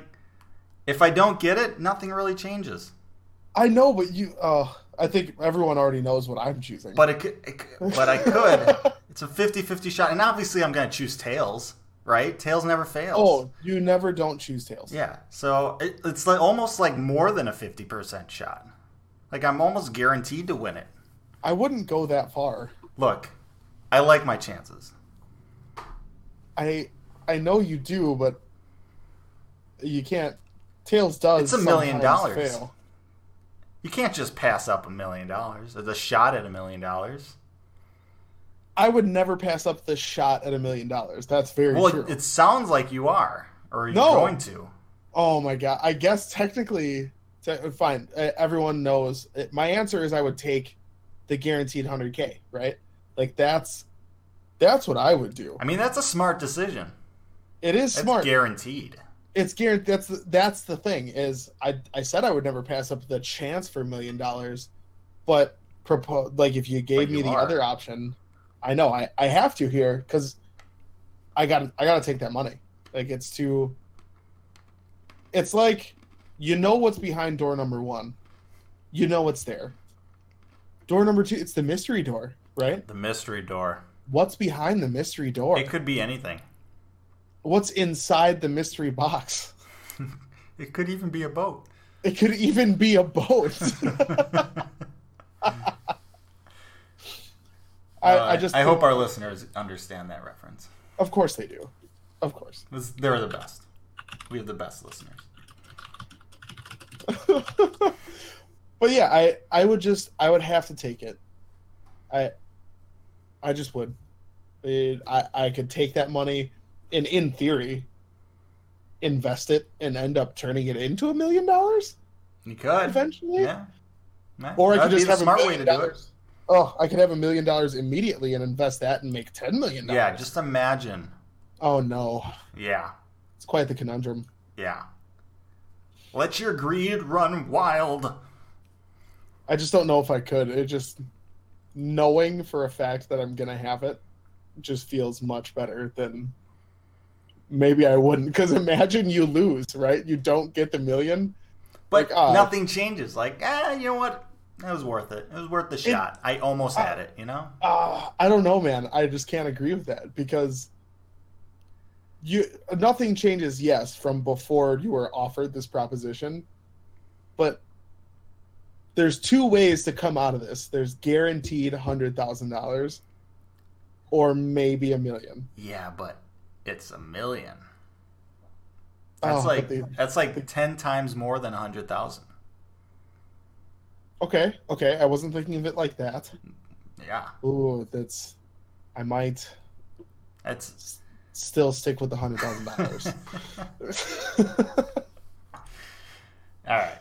[SPEAKER 3] if I don't get it, nothing really changes.
[SPEAKER 2] I know, but you uh I think everyone already knows what I'm choosing.
[SPEAKER 3] But it, could- it could- but I could. It's a 50-50 shot, and obviously I'm going to choose tails, right? Tails never fails.
[SPEAKER 2] oh, you never don't choose tails.
[SPEAKER 3] yeah. So it, it's like almost like more than a 50% shot. Like I'm almost guaranteed to win it.
[SPEAKER 2] I wouldn't go that far.
[SPEAKER 3] Look, I like my chances.
[SPEAKER 2] I I know you do, but you can't. Tails does.
[SPEAKER 3] It's a million
[SPEAKER 2] sometimes
[SPEAKER 3] dollars.
[SPEAKER 2] fail.
[SPEAKER 3] You can't just pass up a million dollars or the shot at a million dollars.
[SPEAKER 2] I would never pass up the shot at a million dollars. That's very
[SPEAKER 3] Well,
[SPEAKER 2] true.
[SPEAKER 3] it, it sounds like you are, or you're
[SPEAKER 2] No.
[SPEAKER 3] going to.
[SPEAKER 2] oh my god! I guess technically, te- fine. e- Everyone knows. It, my answer is I would take the guaranteed hundred k. Right? Like that's that's what I would do.
[SPEAKER 3] I mean, that's a smart decision.
[SPEAKER 2] It is
[SPEAKER 3] That's
[SPEAKER 2] smart.
[SPEAKER 3] guaranteed.
[SPEAKER 2] it's guaranteed. That's the, that's the thing is I I said I would never pass up the chance for a million dollars, but propose like if you gave
[SPEAKER 3] But
[SPEAKER 2] me
[SPEAKER 3] you
[SPEAKER 2] the
[SPEAKER 3] are.
[SPEAKER 2] other option i know i i have to here because i gotta i gotta take that money like it's too it's like you know what's behind door number one you know what's there door number two it's the mystery door right
[SPEAKER 3] The mystery door.
[SPEAKER 2] what's behind the mystery door
[SPEAKER 3] It could be anything.
[SPEAKER 2] what's inside the mystery box
[SPEAKER 3] It could even be a boat.
[SPEAKER 2] it could even be a boat I, I
[SPEAKER 3] Uh,
[SPEAKER 2] just
[SPEAKER 3] I hope our listeners understand that reference.
[SPEAKER 2] of course they do of course
[SPEAKER 3] This- They're the best. We have the best listeners.
[SPEAKER 2] but yeah, I I would just I would have to take it. I I just would. It- I I could take that money and in theory invest it and end up turning it into a million dollars
[SPEAKER 3] You could.
[SPEAKER 2] eventually.
[SPEAKER 3] Yeah. Nah,
[SPEAKER 2] Or I could
[SPEAKER 3] that'd be
[SPEAKER 2] just
[SPEAKER 3] the
[SPEAKER 2] have
[SPEAKER 3] smart
[SPEAKER 2] a
[SPEAKER 3] way
[SPEAKER 2] million
[SPEAKER 3] to do it.
[SPEAKER 2] dollars. Oh, I could have a million dollars immediately and invest that and make ten million dollars.
[SPEAKER 3] Yeah, just imagine.
[SPEAKER 2] Oh no,
[SPEAKER 3] Yeah,
[SPEAKER 2] it's quite the conundrum.
[SPEAKER 3] yeah. Let your greed run wild.
[SPEAKER 2] I just don't know if I could. It just knowing for a fact that I'm gonna have it just feels much better than maybe I wouldn't. Because imagine you lose, right? You don't get the million. Like,
[SPEAKER 3] But
[SPEAKER 2] uh,
[SPEAKER 3] nothing changes. Like, ah, you know what? That was worth it. It was worth the shot. I almost
[SPEAKER 2] uh,
[SPEAKER 3] had it, you know?
[SPEAKER 2] Ah, I don't know, man. I just can't agree with that because you nothing changes. Yes, from before you were offered this proposition, but there's two ways to come out of this. There's guaranteed hundred thousand dollars, or maybe a million.
[SPEAKER 3] Yeah, but it's a million. That's
[SPEAKER 2] Oh, but
[SPEAKER 3] like
[SPEAKER 2] they-
[SPEAKER 3] that's like ten times more than a hundred thousand.
[SPEAKER 2] okay, okay. I wasn't thinking of it like that.
[SPEAKER 3] Yeah.
[SPEAKER 2] Ooh, that's. I might
[SPEAKER 3] That's
[SPEAKER 2] still stick with the hundred thousand dollars.
[SPEAKER 3] all right.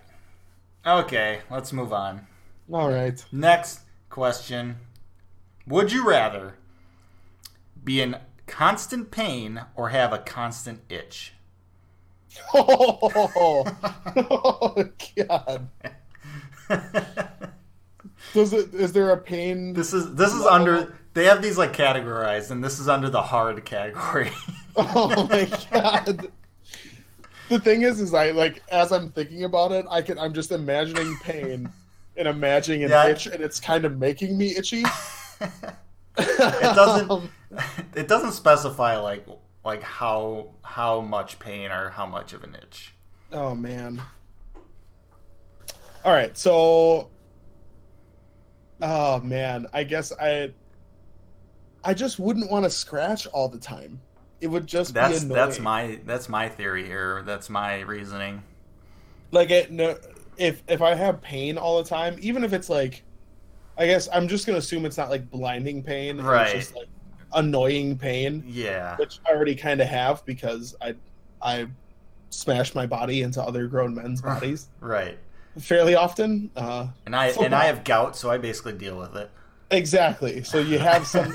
[SPEAKER 3] Okay, let's move on.
[SPEAKER 2] All right.
[SPEAKER 3] Next question. Would you rather be in constant pain or have a constant itch?
[SPEAKER 2] Oh, God. Does it? Is there a pain?
[SPEAKER 3] This is this is under they have these like categorized and this is under the hard category.
[SPEAKER 2] Oh my God. The thing is, is I like as I'm thinking about it, I can. I'm just imagining pain, and imagining an
[SPEAKER 3] Yeah.
[SPEAKER 2] itch, and it's kind of making me itchy. Oh,
[SPEAKER 3] it doesn't it doesn't specify like like how how much pain or how much of an itch.
[SPEAKER 2] Oh man. All right, so Oh man, I guess I I just wouldn't want to scratch all the time. It would just
[SPEAKER 3] That's
[SPEAKER 2] be annoying.
[SPEAKER 3] that's my that's my theory here. That's my reasoning.
[SPEAKER 2] like it no if if I have pain all the time, even if it's like I guess I'm just going to assume it's not like blinding pain, and
[SPEAKER 3] Right.
[SPEAKER 2] it's just like annoying pain,
[SPEAKER 3] Yeah.
[SPEAKER 2] which I already kind of have because I I smash my body into other grown men's bodies
[SPEAKER 3] Right.
[SPEAKER 2] fairly often. Uh
[SPEAKER 3] And I
[SPEAKER 2] So
[SPEAKER 3] and I have gout, so I basically deal with it.
[SPEAKER 2] Exactly. So you have some.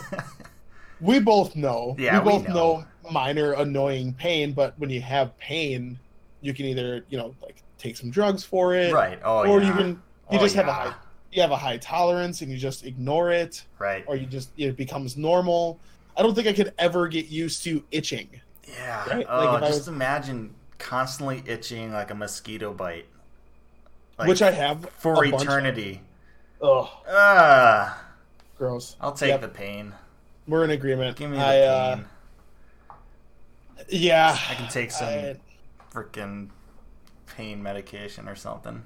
[SPEAKER 2] we both know. we
[SPEAKER 3] Yeah, we
[SPEAKER 2] both
[SPEAKER 3] know.
[SPEAKER 2] know. minor annoying pain, but when you have pain, you can either you know like take some drugs for it,
[SPEAKER 3] right. Oh
[SPEAKER 2] or
[SPEAKER 3] yeah.
[SPEAKER 2] you can you
[SPEAKER 3] Oh,
[SPEAKER 2] just have a
[SPEAKER 3] yeah.
[SPEAKER 2] high you have a high tolerance and you just ignore it,
[SPEAKER 3] Right.
[SPEAKER 2] or you just it becomes normal. I don't think I could ever get used to itching.
[SPEAKER 3] yeah.
[SPEAKER 2] right? Like,
[SPEAKER 3] Oh,
[SPEAKER 2] if I was-
[SPEAKER 3] just imagine constantly itching like a mosquito bite. Like,
[SPEAKER 2] which I have
[SPEAKER 3] for
[SPEAKER 2] a bunch-
[SPEAKER 3] eternity.
[SPEAKER 2] Ugh,
[SPEAKER 3] Ah,
[SPEAKER 2] gross.
[SPEAKER 3] I'll take
[SPEAKER 2] Yep,
[SPEAKER 3] the pain.
[SPEAKER 2] We're in agreement.
[SPEAKER 3] Give me the
[SPEAKER 2] I, uh,
[SPEAKER 3] pain.
[SPEAKER 2] yeah,
[SPEAKER 3] I can take some
[SPEAKER 2] I-
[SPEAKER 3] freaking pain medication or something.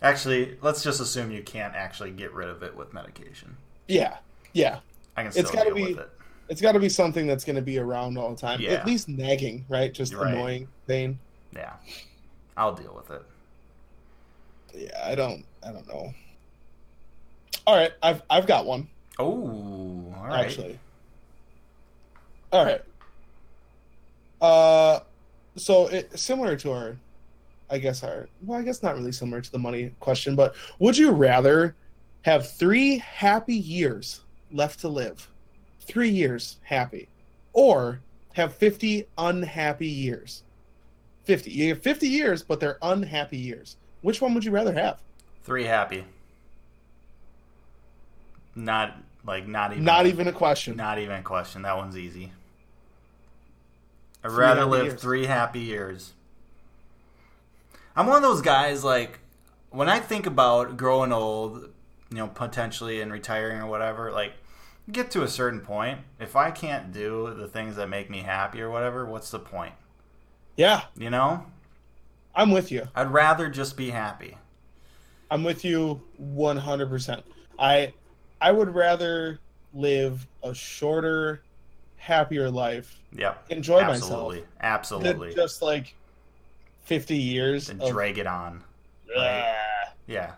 [SPEAKER 3] Actually, let's just assume you can't actually get rid of it with medication.
[SPEAKER 2] yeah, yeah.
[SPEAKER 3] I can still
[SPEAKER 2] It's gotta
[SPEAKER 3] deal
[SPEAKER 2] be-
[SPEAKER 3] with it.
[SPEAKER 2] it's got to be something that's going to be around all the time.
[SPEAKER 3] Yeah.
[SPEAKER 2] At least nagging, right? Just
[SPEAKER 3] Right.
[SPEAKER 2] annoying pain.
[SPEAKER 3] Yeah, I'll deal with it.
[SPEAKER 2] Yeah, I don't, I don't know. All right, I've I've got one
[SPEAKER 3] Oh, all right.
[SPEAKER 2] actually. All right. Uh, so it, similar to our, I guess our well, I guess not really similar to the money question, but would you rather have three happy years left to live, three years happy, or have fifty unhappy years? Fifty, you have fifty years, but they're unhappy years. Which one would you rather have?
[SPEAKER 3] Three happy. Not like not even
[SPEAKER 2] Not even a question.
[SPEAKER 3] not even a question. That one's easy. I'd rather
[SPEAKER 2] happy
[SPEAKER 3] live
[SPEAKER 2] years.
[SPEAKER 3] three happy years. I'm one of those guys like when I think about growing old, you know, potentially and retiring or whatever, like get to a certain point. If I can't do the things that make me happy or whatever, what's the point?
[SPEAKER 2] Yeah,
[SPEAKER 3] You know?
[SPEAKER 2] I'm with you.
[SPEAKER 3] I'd rather just be happy.
[SPEAKER 2] I'm with you 100%. I I would rather live a shorter, happier life,
[SPEAKER 3] Yep.
[SPEAKER 2] enjoy
[SPEAKER 3] Absolutely.
[SPEAKER 2] myself than
[SPEAKER 3] Absolutely.
[SPEAKER 2] just like 50 years
[SPEAKER 3] And
[SPEAKER 2] of
[SPEAKER 3] drag it on.
[SPEAKER 2] Ugh.
[SPEAKER 3] Yeah.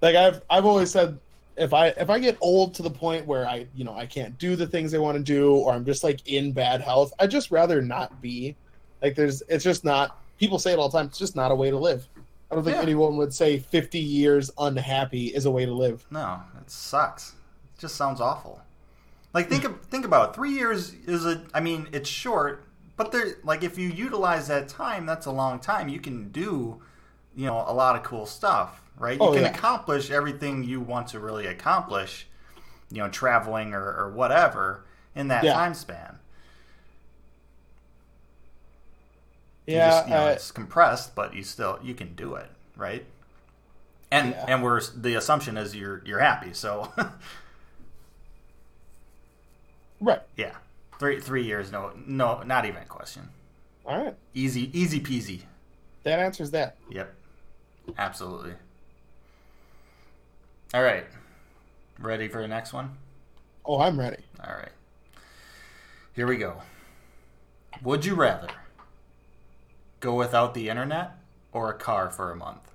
[SPEAKER 2] like I've I've always said if I if I get old to the point where I you know I can't do the things I want to do or I'm just like in bad health, I'd just rather not be. Like there's it's just not people say it all the time, it's just not a way to live. I don't think
[SPEAKER 3] Yeah.
[SPEAKER 2] anyone would say fifty years unhappy is a way to live.
[SPEAKER 3] No, it sucks. It just sounds awful. Like think
[SPEAKER 2] Hmm.
[SPEAKER 3] ab- think about it. three years is a. I mean, it's short, but there like if you utilize that time, that's a long time. You can do, you know, a lot of cool stuff, right? You
[SPEAKER 2] Oh,
[SPEAKER 3] can
[SPEAKER 2] yeah.
[SPEAKER 3] accomplish everything you want to really accomplish, you know, traveling or, or whatever in that
[SPEAKER 2] Yeah.
[SPEAKER 3] time span. You
[SPEAKER 2] Yeah,
[SPEAKER 3] just, you know,
[SPEAKER 2] uh,
[SPEAKER 3] it's compressed, but you still you can do it, right? And
[SPEAKER 2] Yeah.
[SPEAKER 3] and we're the assumption is you're you're happy, so
[SPEAKER 2] right.
[SPEAKER 3] Yeah, three three years. No, no, not even a question.
[SPEAKER 2] All right,
[SPEAKER 3] Easy, easy peasy.
[SPEAKER 2] that answers that.
[SPEAKER 3] Yep, absolutely. All right, ready for the next one?
[SPEAKER 2] Oh, I'm ready.
[SPEAKER 3] All right, here we go. Would you rather go without the internet or a car for a month?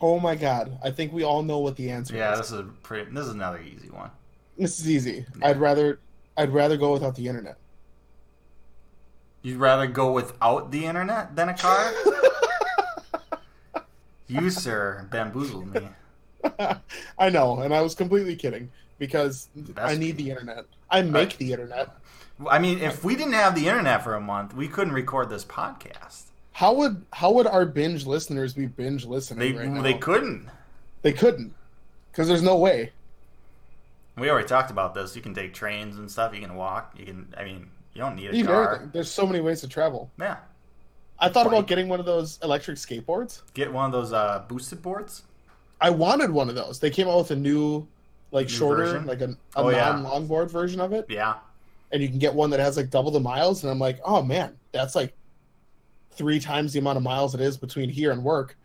[SPEAKER 2] Oh my god, I think we all know what the answer
[SPEAKER 3] Yeah,
[SPEAKER 2] is.
[SPEAKER 3] this is a pretty. This is another easy one.
[SPEAKER 2] This is easy. I'd rather I'd rather go without the internet.
[SPEAKER 3] You'd rather go without the internet than a car? you sir, bamboozled me.
[SPEAKER 2] I know, and I was completely kidding because I need the internet. I make
[SPEAKER 3] Alright.
[SPEAKER 2] the internet.
[SPEAKER 3] I mean, if we didn't have the internet for a month, we couldn't record this podcast.
[SPEAKER 2] How would how would our binge listeners be binge
[SPEAKER 3] They
[SPEAKER 2] listening right now?
[SPEAKER 3] they couldn't.
[SPEAKER 2] They couldn't, because there's no way.
[SPEAKER 3] We already talked about this. You can take trains and stuff. You can walk. You can. I mean, you don't need a
[SPEAKER 2] Even
[SPEAKER 3] car.
[SPEAKER 2] everything. There's so many ways to travel.
[SPEAKER 3] Yeah,
[SPEAKER 2] I thought
[SPEAKER 3] Like-
[SPEAKER 2] about getting one of those electric skateboards.
[SPEAKER 3] get one of those uh, boosted boards.
[SPEAKER 2] I wanted one of those. They came out with a new, like
[SPEAKER 3] New
[SPEAKER 2] shorter,
[SPEAKER 3] version?
[SPEAKER 2] like an, a
[SPEAKER 3] Oh, yeah.
[SPEAKER 2] non-longboard version of it,
[SPEAKER 3] Yeah,
[SPEAKER 2] and you can get one that has like double the miles. And I'm like, oh man, that's like three times the amount of miles it is between here and work.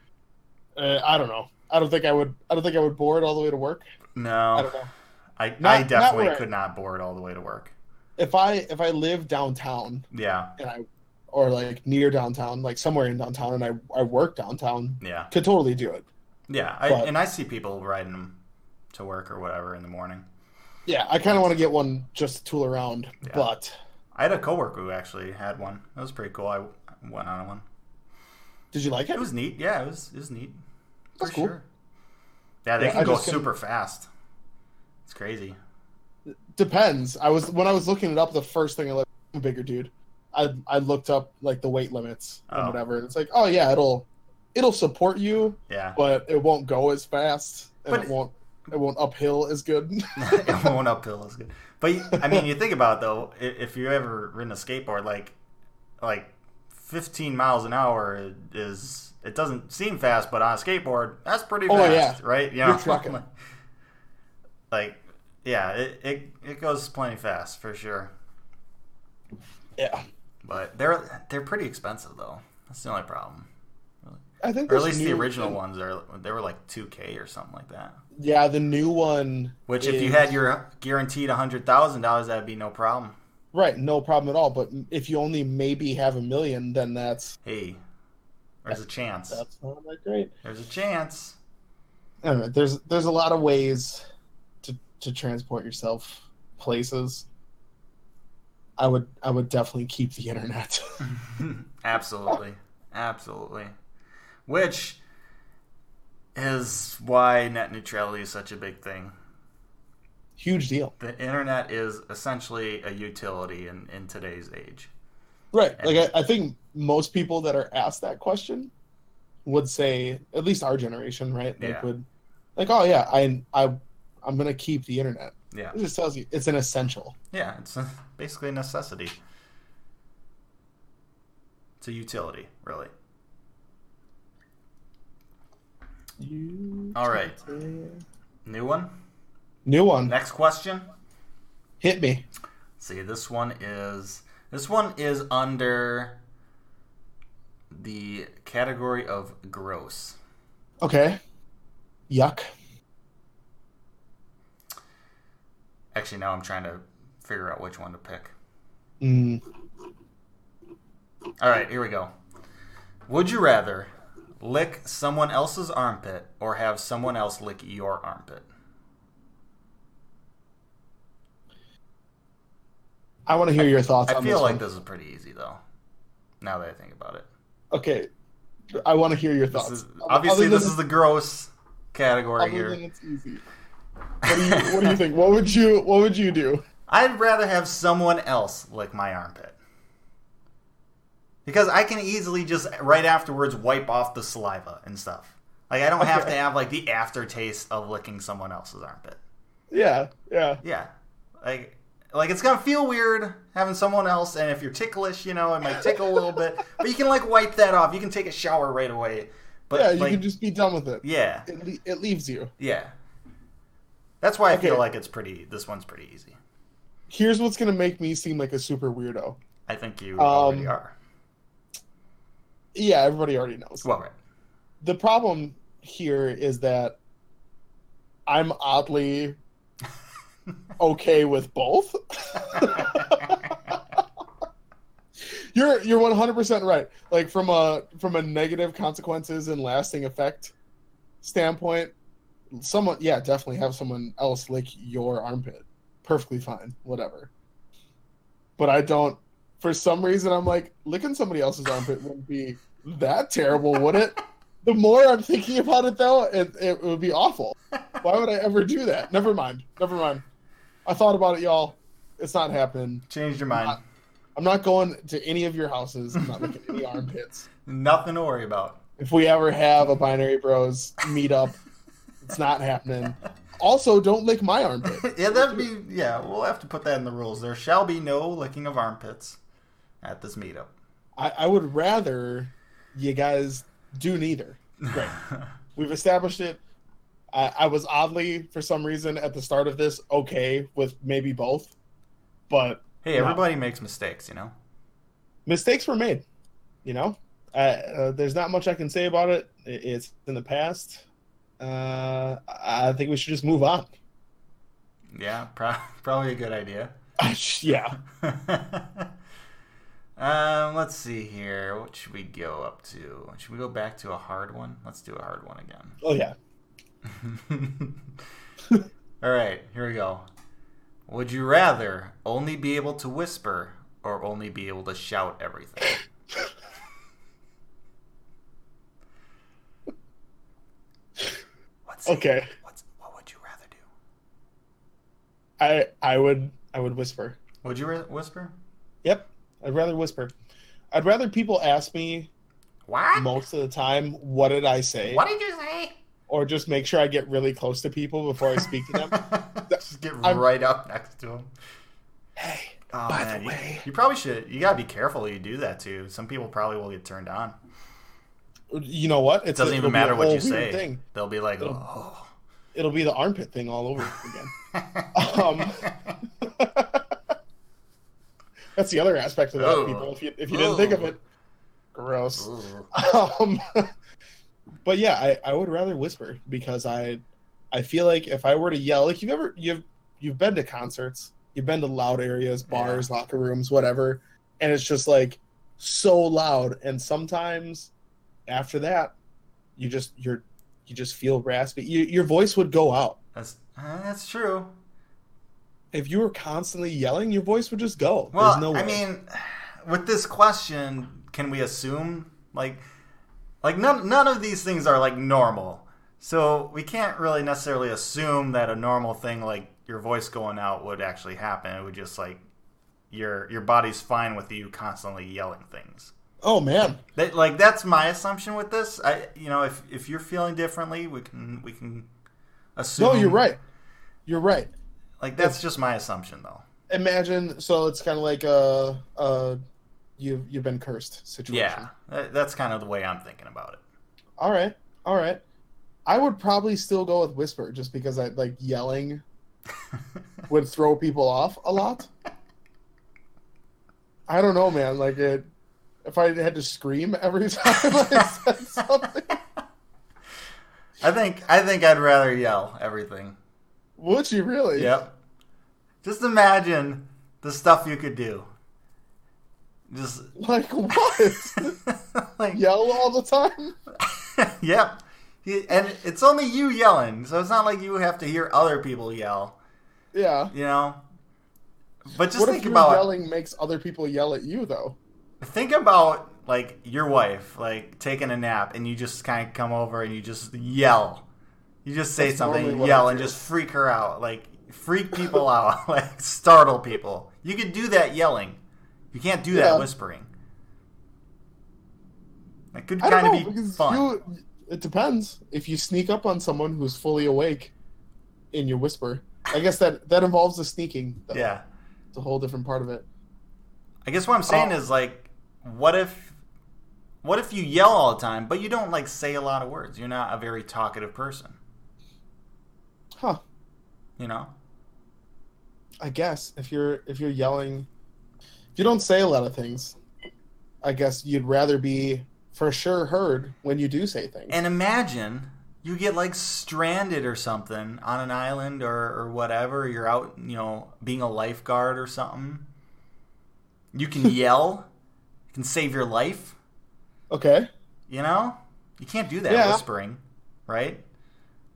[SPEAKER 2] Uh, I don't know. I don't think I would. I don't think I would board all the way to work. I
[SPEAKER 3] no,
[SPEAKER 2] don't know.
[SPEAKER 3] I I,
[SPEAKER 2] Not- not
[SPEAKER 3] definitely
[SPEAKER 2] where-
[SPEAKER 3] could not board all the way to work.
[SPEAKER 2] If I if I live downtown,
[SPEAKER 3] Yeah,
[SPEAKER 2] and I or like near downtown, like somewhere in downtown, and I I work downtown,
[SPEAKER 3] yeah,
[SPEAKER 2] could totally do it.
[SPEAKER 3] yeah. I,
[SPEAKER 2] But-
[SPEAKER 3] and I see people riding them to work or whatever in the morning.
[SPEAKER 2] Yeah, I kind of want to get one just to tool around,
[SPEAKER 3] Yeah.
[SPEAKER 2] but
[SPEAKER 3] I had a coworker who actually had one. It was pretty cool. I went on one.
[SPEAKER 2] did you like it?
[SPEAKER 3] It was neat. Yeah, it was it was neat.
[SPEAKER 2] That's cool.
[SPEAKER 3] Yeah, they
[SPEAKER 2] Yeah,
[SPEAKER 3] can
[SPEAKER 2] I
[SPEAKER 3] go
[SPEAKER 2] just couldn't-
[SPEAKER 3] super fast. It's crazy.
[SPEAKER 2] Depends. I was when I was looking it up, the first thing I looked I'm a bigger dude. I I looked up like the weight limits
[SPEAKER 3] Oh.
[SPEAKER 2] and whatever, and it's like, oh yeah, it'll it'll support you,
[SPEAKER 3] Yeah,
[SPEAKER 2] but it won't go as fast, and
[SPEAKER 3] But-
[SPEAKER 2] it won't it won't uphill as good.
[SPEAKER 3] it won't uphill as good. But you- I mean, you think about it, though, i- if you ever ridden a skateboard, like like 15 miles an hour is it doesn't seem fast, but on a skateboard, that's pretty
[SPEAKER 2] Oh,
[SPEAKER 3] fast,
[SPEAKER 2] yeah.
[SPEAKER 3] right? You
[SPEAKER 2] You're trucking.
[SPEAKER 3] like, like, yeah, it, it it goes plenty fast for sure.
[SPEAKER 2] yeah,
[SPEAKER 3] But they're they're pretty expensive though. That's the only problem.
[SPEAKER 2] I think
[SPEAKER 3] Or at
[SPEAKER 2] there's
[SPEAKER 3] least the
[SPEAKER 2] new-
[SPEAKER 3] original ones are they were like 2k or something like that.
[SPEAKER 2] Yeah, the new one.
[SPEAKER 3] Which, if you
[SPEAKER 2] is-
[SPEAKER 3] had your guaranteed hundred thousand dollars, that'd be no problem.
[SPEAKER 2] Right, no problem at all. But if you only maybe have a million, then that's
[SPEAKER 3] Hey, there's a chance.
[SPEAKER 2] that's not that great.
[SPEAKER 3] There's a chance.
[SPEAKER 2] I don't know, there's there's a lot of ways to to transport yourself places. I would I would definitely keep the internet.
[SPEAKER 3] Absolutely, absolutely. Which is why net neutrality is such a big thing.
[SPEAKER 2] Huge deal.
[SPEAKER 3] The internet is essentially a utility in in today's age.
[SPEAKER 2] Right. Like I, I think most people that are asked that question would say, at least our generation, right? Like
[SPEAKER 3] Yeah.
[SPEAKER 2] would like, oh yeah, I I I'm gonna keep the internet.
[SPEAKER 3] Yeah.
[SPEAKER 2] It just tells you it's an essential.
[SPEAKER 3] Yeah, it's a, basically a necessity. It's a utility, really. All right. New one.
[SPEAKER 2] New one.
[SPEAKER 3] Next question.
[SPEAKER 2] Hit me.
[SPEAKER 3] See, this one is this one is under the category of gross.
[SPEAKER 2] Okay. Yuck.
[SPEAKER 3] Actually, now I'm trying to figure out which one to pick.
[SPEAKER 2] Mm.
[SPEAKER 3] All right, here we go. Would you rather lick someone else's armpit or have someone else lick your armpit?
[SPEAKER 2] I want to hear your thoughts.
[SPEAKER 3] I
[SPEAKER 2] on
[SPEAKER 3] feel
[SPEAKER 2] this
[SPEAKER 3] like
[SPEAKER 2] one.
[SPEAKER 3] this is pretty easy though. Now that I think about it,
[SPEAKER 2] Okay. I want to hear your
[SPEAKER 3] this
[SPEAKER 2] thoughts.
[SPEAKER 3] is
[SPEAKER 2] Other
[SPEAKER 3] obviously
[SPEAKER 2] than
[SPEAKER 3] this
[SPEAKER 2] it's-
[SPEAKER 3] is the gross category
[SPEAKER 2] other
[SPEAKER 3] here.
[SPEAKER 2] than it's easy. What do, you, what do you think? What would you What would you do?
[SPEAKER 3] I'd rather have someone else lick my armpit. Because I can easily just right afterwards wipe off the saliva and stuff. Like I don't have to
[SPEAKER 2] Okay.
[SPEAKER 3] have like the aftertaste of licking someone else's armpit.
[SPEAKER 2] Yeah. Yeah.
[SPEAKER 3] Yeah. Like like it's gonna feel weird having someone else and if you're ticklish, you know, it might tickle a little bit. But you can like wipe that off. You can take a shower right away. But
[SPEAKER 2] yeah. You
[SPEAKER 3] like
[SPEAKER 2] can just be done with it.
[SPEAKER 3] Yeah.
[SPEAKER 2] It, le- it leaves you.
[SPEAKER 3] Yeah. That's why I feel
[SPEAKER 2] Okay.
[SPEAKER 3] like it's pretty this one's pretty easy.
[SPEAKER 2] Here's what's gonna make me seem like a super weirdo.
[SPEAKER 3] I think
[SPEAKER 2] Um,
[SPEAKER 3] you already are.
[SPEAKER 2] Yeah. Everybody already knows.
[SPEAKER 3] Well right.
[SPEAKER 2] the problem here is that I'm oddly okay with both. you're you're 100% right. Like from a from a negative consequences and lasting effect standpoint, someone yeah, definitely have someone else lick your armpit. Perfectly fine, whatever. But I don't for some reason I'm like licking somebody else's armpit wouldn't be that terrible, would it? the more I'm thinking about it, though, it, it would be awful. Why would I ever do that? Never mind. Never mind. I thought about it, y'all. It's not happening.
[SPEAKER 3] Changed your mind.
[SPEAKER 2] I'm not going to any of your houses. I'm not looking at any armpits.
[SPEAKER 3] Nothing to worry about.
[SPEAKER 2] If we ever have a Binary Bros meetup, it's not happening. Also, don't lick my armpit.
[SPEAKER 3] yeah, that'd be yeah, we'll have to put that in the rules. There shall be no licking of armpits at this meetup.
[SPEAKER 2] I, I would rather you guys do neither. Great. We've established it. I, I was oddly, for some reason, at the start of this, okay with maybe both, but
[SPEAKER 3] hey, everybody makes mistakes, you know?
[SPEAKER 2] mistakes were made. You know, uh, uh, there's not much I can say about it. I- It's in the past. Uh, I I think we should just move on.
[SPEAKER 3] Yeah, pro- probably a good idea.
[SPEAKER 2] yeah.
[SPEAKER 3] um, let's see here. What should we go up to? Should we go back to a hard one? Let's do a hard one again.
[SPEAKER 2] Oh yeah.
[SPEAKER 3] All right, here we go. Would you rather only be able to whisper or only be able to shout everything? What's
[SPEAKER 2] Okay.
[SPEAKER 3] What's, what would you rather do?
[SPEAKER 2] I I would I would whisper.
[SPEAKER 3] Would you ra- whisper?
[SPEAKER 2] Yep. I'd rather whisper. I'd rather people ask me
[SPEAKER 3] What?
[SPEAKER 2] most of the time what did I say,
[SPEAKER 3] What did you say?
[SPEAKER 2] or just make sure I get really close to people before I speak to them.
[SPEAKER 3] Just get
[SPEAKER 2] I'm-
[SPEAKER 3] right up next to him.
[SPEAKER 2] hey.
[SPEAKER 3] Oh,
[SPEAKER 2] By the
[SPEAKER 3] man, you-
[SPEAKER 2] way-
[SPEAKER 3] you probably should. You gotta be careful you do that too. Some people probably will get turned on.
[SPEAKER 2] You know what?
[SPEAKER 3] It doesn't even
[SPEAKER 2] it'll be a
[SPEAKER 3] matter what
[SPEAKER 2] whole
[SPEAKER 3] you
[SPEAKER 2] weird
[SPEAKER 3] say.
[SPEAKER 2] Thing.
[SPEAKER 3] They'll be like,
[SPEAKER 2] It'll-
[SPEAKER 3] oh.
[SPEAKER 2] It'll be the armpit thing all over again.
[SPEAKER 3] "Oh."
[SPEAKER 2] Um, That's the other aspect of that,
[SPEAKER 3] Oh.
[SPEAKER 2] people. If you if you didn't think of it, gross.
[SPEAKER 3] Ooh.
[SPEAKER 2] Um, but yeah, I, I would rather whisper because I I feel like if I were to yell, like you've ever you've you've been to concerts, you've been to loud areas, bars, locker rooms, whatever, and it's just like so loud. And sometimes after that, you just you're you just feel raspy. You, your voice would go out
[SPEAKER 3] That's uh, that's true.
[SPEAKER 2] if you were constantly yelling. Your voice would just go.
[SPEAKER 3] Well,
[SPEAKER 2] There's no
[SPEAKER 3] I
[SPEAKER 2] way.
[SPEAKER 3] mean, with this question, can we assume like like none none of these things are like normal, so we can't really necessarily assume that a normal thing like your voice going out would actually happen. It would just like your your body's fine with you constantly yelling things.
[SPEAKER 2] oh man.
[SPEAKER 3] That, like that's my assumption with this. I you know if if you're feeling differently, we can we can
[SPEAKER 2] No,
[SPEAKER 3] assume.
[SPEAKER 2] you're right. You're right.
[SPEAKER 3] Like that's just my assumption though.
[SPEAKER 2] Imagine so it's kind of like a, a you've you've been cursed situation.
[SPEAKER 3] Yeah, that- that's kind of the way I'm thinking about it.
[SPEAKER 2] All right. All right. I would probably still go with whisper just because I like yelling would throw people off a lot. I don't know, man. Like it, if I had to scream every time I said something,
[SPEAKER 3] I think I think I'd rather yell everything.
[SPEAKER 2] would you really?
[SPEAKER 3] Yep. Just imagine the stuff you could do. Just
[SPEAKER 2] Like what?
[SPEAKER 3] like
[SPEAKER 2] Yell all the time?
[SPEAKER 3] yep. You- And it's only you yelling, so it's not like you have to hear other people yell,
[SPEAKER 2] Yeah.
[SPEAKER 3] you know. But just
[SPEAKER 2] what
[SPEAKER 3] think
[SPEAKER 2] if your
[SPEAKER 3] about
[SPEAKER 2] yelling makes other people yell at you though?
[SPEAKER 3] think about like your wife like taking a nap and you just kind of come over and you just yell you just say
[SPEAKER 2] That's
[SPEAKER 3] something
[SPEAKER 2] normally
[SPEAKER 3] you
[SPEAKER 2] what
[SPEAKER 3] yell
[SPEAKER 2] I
[SPEAKER 3] and
[SPEAKER 2] do.
[SPEAKER 3] just freak her out like freak people out like startle people you could do that yelling you can't do
[SPEAKER 2] Yeah.
[SPEAKER 3] that whispering that could
[SPEAKER 2] I don't
[SPEAKER 3] kind
[SPEAKER 2] know.
[SPEAKER 3] of be
[SPEAKER 2] because
[SPEAKER 3] fun
[SPEAKER 2] You, it depends. If you sneak up on someone who's fully awake, and you whisper, I guess that that involves the sneaking. Though.
[SPEAKER 3] yeah
[SPEAKER 2] it's a whole different part of it.
[SPEAKER 3] i guess what i'm saying
[SPEAKER 2] Oh.
[SPEAKER 3] is like what if what if you yell all the time but you don't like say a lot of words you're not a very talkative person
[SPEAKER 2] Huh.
[SPEAKER 3] you know
[SPEAKER 2] I guess if you're if you're yelling, if you don't say a lot of things, I guess you'd rather be for sure heard when you do say things.
[SPEAKER 3] And imagine you get like stranded or something on an island or, or whatever. You're out, you know, being a lifeguard or something. You can yell, you can save your life,
[SPEAKER 2] okay.
[SPEAKER 3] you know? You can't do that
[SPEAKER 2] Yeah.
[SPEAKER 3] whispering, right?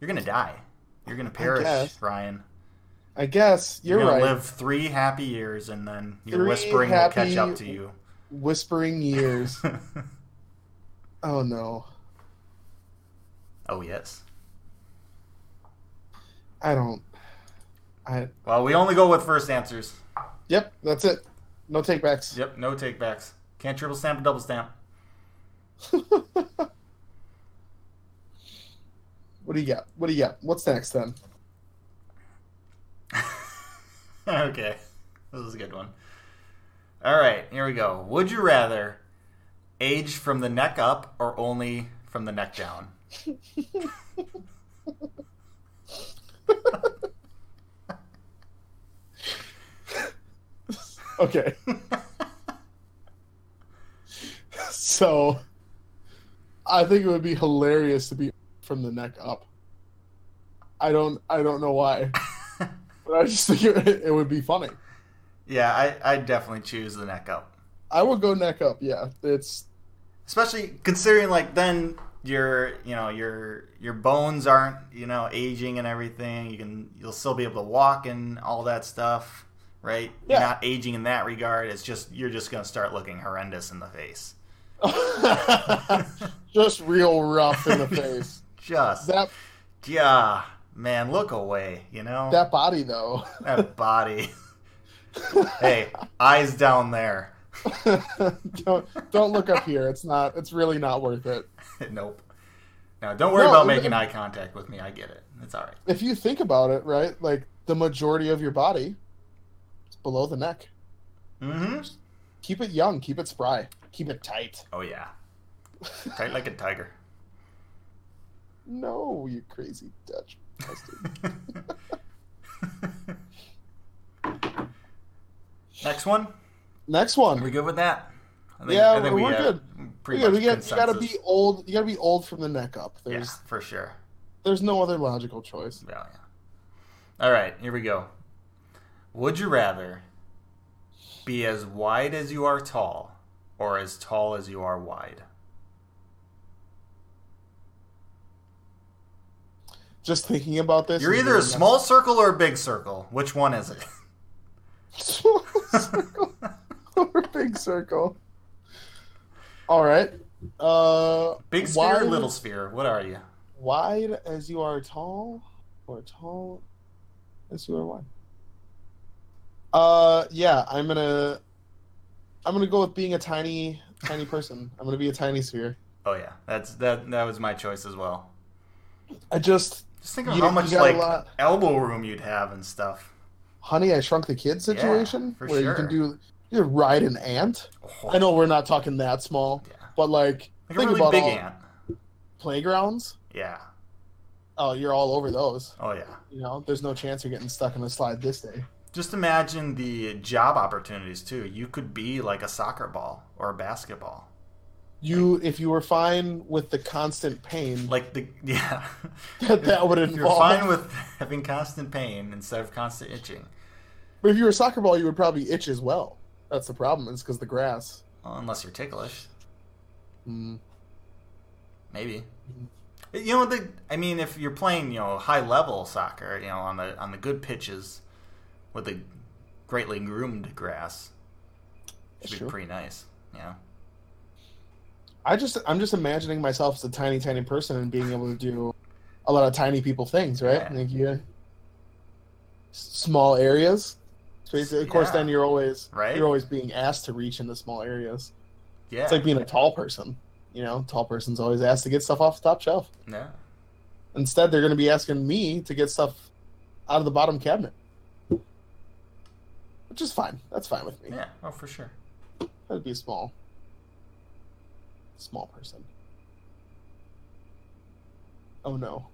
[SPEAKER 3] You're going to die. You're going to perish,
[SPEAKER 2] guess.
[SPEAKER 3] Ryan.
[SPEAKER 2] I guess you're,
[SPEAKER 3] You're, going
[SPEAKER 2] right.
[SPEAKER 3] to live three happy years and then your
[SPEAKER 2] Three
[SPEAKER 3] whispering will catch
[SPEAKER 2] happy-
[SPEAKER 3] up to you.
[SPEAKER 2] Whispering years. oh no.
[SPEAKER 3] oh, yes.
[SPEAKER 2] I don't. I.
[SPEAKER 3] Well, we only go with first answers.
[SPEAKER 2] Yep. That's it. No takebacks.
[SPEAKER 3] Yep, no takebacks. Can't triple stamp or double stamp.
[SPEAKER 2] What do you got? What do you got? What's next then?
[SPEAKER 3] okay. This is a good one. All right, here we go. Would you rather age from the neck up or only from the neck down?
[SPEAKER 2] Okay. so, I think it would be hilarious to be from the neck up. I don't. I don't know why, but I just think it, it would be funny.
[SPEAKER 3] Yeah, I I definitely choose the neck up.
[SPEAKER 2] I would go neck up. Yeah, it's
[SPEAKER 3] Especially considering like then your, you know, your your bones aren't, you know, aging and everything. You can you'll still be able to walk and all that stuff, right?
[SPEAKER 2] Yeah.
[SPEAKER 3] You're not aging in that regard. It's just you're just going to start looking horrendous in the face.
[SPEAKER 2] just real rough in the face.
[SPEAKER 3] Just
[SPEAKER 2] That
[SPEAKER 3] Yeah, man, look away, you know?
[SPEAKER 2] that
[SPEAKER 3] That,
[SPEAKER 2] body though.
[SPEAKER 3] body. hey, eyes down there.
[SPEAKER 2] don't don't look up here. It's not. It's really not worth it.
[SPEAKER 3] nope. Now, don't worry
[SPEAKER 2] No,
[SPEAKER 3] about
[SPEAKER 2] it-
[SPEAKER 3] making eye contact with me. I get it. It's all right.
[SPEAKER 2] if you think about it, right, like the majority of your body is below the neck.
[SPEAKER 3] Mm-hmm.
[SPEAKER 2] Keep it young, keep it spry, keep it tight.
[SPEAKER 3] Oh, yeah. Tight like a tiger.
[SPEAKER 2] No, you crazy Dutch bastard.
[SPEAKER 3] Next one?
[SPEAKER 2] Next
[SPEAKER 3] Are
[SPEAKER 2] one.
[SPEAKER 3] we good with that? I
[SPEAKER 2] Yeah,
[SPEAKER 3] I think
[SPEAKER 2] we're
[SPEAKER 3] uh,
[SPEAKER 2] good.
[SPEAKER 3] Pretty
[SPEAKER 2] yeah,
[SPEAKER 3] much
[SPEAKER 2] we got, you gotta
[SPEAKER 3] consensus.
[SPEAKER 2] be old. You gotta be old from the neck up.
[SPEAKER 3] Yeah,
[SPEAKER 2] There's
[SPEAKER 3] for sure.
[SPEAKER 2] there's no other logical choice.
[SPEAKER 3] Yeah, yeah. All right, here we go. Would you rather be as wide as you are tall or as tall as you are wide?
[SPEAKER 2] Just thinking about this.
[SPEAKER 3] You're
[SPEAKER 2] is
[SPEAKER 3] either a
[SPEAKER 2] really
[SPEAKER 3] small circle or a big circle. Which one is it?
[SPEAKER 2] small circle or big circle. All right. Uh,
[SPEAKER 3] Big sphere or
[SPEAKER 2] wide-
[SPEAKER 3] little sphere? What are you?
[SPEAKER 2] wide as you are tall, or tall as you are wide. Uh, yeah, I'm gonna, I'm gonna go with being a tiny, tiny person. I'm gonna be a tiny sphere.
[SPEAKER 3] Oh yeah, that's that. That was my choice as well.
[SPEAKER 2] I just,
[SPEAKER 3] Just think of
[SPEAKER 2] You-
[SPEAKER 3] how
[SPEAKER 2] you
[SPEAKER 3] much
[SPEAKER 2] got a
[SPEAKER 3] like
[SPEAKER 2] lot-
[SPEAKER 3] elbow room you'd have and stuff.
[SPEAKER 2] Honey, I Shrunk the Kid situation
[SPEAKER 3] for
[SPEAKER 2] where you can
[SPEAKER 3] sure.
[SPEAKER 2] do you can ride an ant.
[SPEAKER 3] Oh,
[SPEAKER 2] I know we're not talking that small,
[SPEAKER 3] Yeah.
[SPEAKER 2] but like
[SPEAKER 3] Like a
[SPEAKER 2] think
[SPEAKER 3] really
[SPEAKER 2] about
[SPEAKER 3] big
[SPEAKER 2] all
[SPEAKER 3] ant.
[SPEAKER 2] playgrounds.
[SPEAKER 3] Yeah.
[SPEAKER 2] Oh, you're all over those.
[SPEAKER 3] Oh yeah.
[SPEAKER 2] You know, there's no chance you're getting stuck in a slide this day.
[SPEAKER 3] Just imagine the job opportunities too. You could be like a soccer ball or a basketball.
[SPEAKER 2] You, if you were fine with the constant pain
[SPEAKER 3] Like the yeah.
[SPEAKER 2] that that would
[SPEAKER 3] If you're
[SPEAKER 2] involve,
[SPEAKER 3] fine with having constant pain instead of constant itching,
[SPEAKER 2] but if you were a soccer ball, you would probably itch as well. That's the problem. Is because the grass.
[SPEAKER 3] well, unless you're ticklish,
[SPEAKER 2] Mm.
[SPEAKER 3] maybe. You know the I mean if you're playing, you know, high level soccer, you know, on the on the good pitches with the greatly groomed grass,
[SPEAKER 2] That's
[SPEAKER 3] should be
[SPEAKER 2] true.
[SPEAKER 3] pretty nice. Yeah.
[SPEAKER 2] I just I'm just imagining myself as a tiny, tiny person and being able to do a lot of tiny people things, right?
[SPEAKER 3] Yeah.
[SPEAKER 2] Like you, small areas. So it's- of course,
[SPEAKER 3] Yeah.
[SPEAKER 2] then you're always
[SPEAKER 3] Right?
[SPEAKER 2] you're always being asked to reach into small areas.
[SPEAKER 3] Yeah.
[SPEAKER 2] It's like being a tall person. You know, tall person's always asked to get stuff off the top shelf.
[SPEAKER 3] yeah.
[SPEAKER 2] Instead, they're going to be asking me to get stuff out of the bottom cabinet, which is fine. That's fine with me.
[SPEAKER 3] Yeah. Oh for sure.
[SPEAKER 2] That'd be a small, small person. Oh no,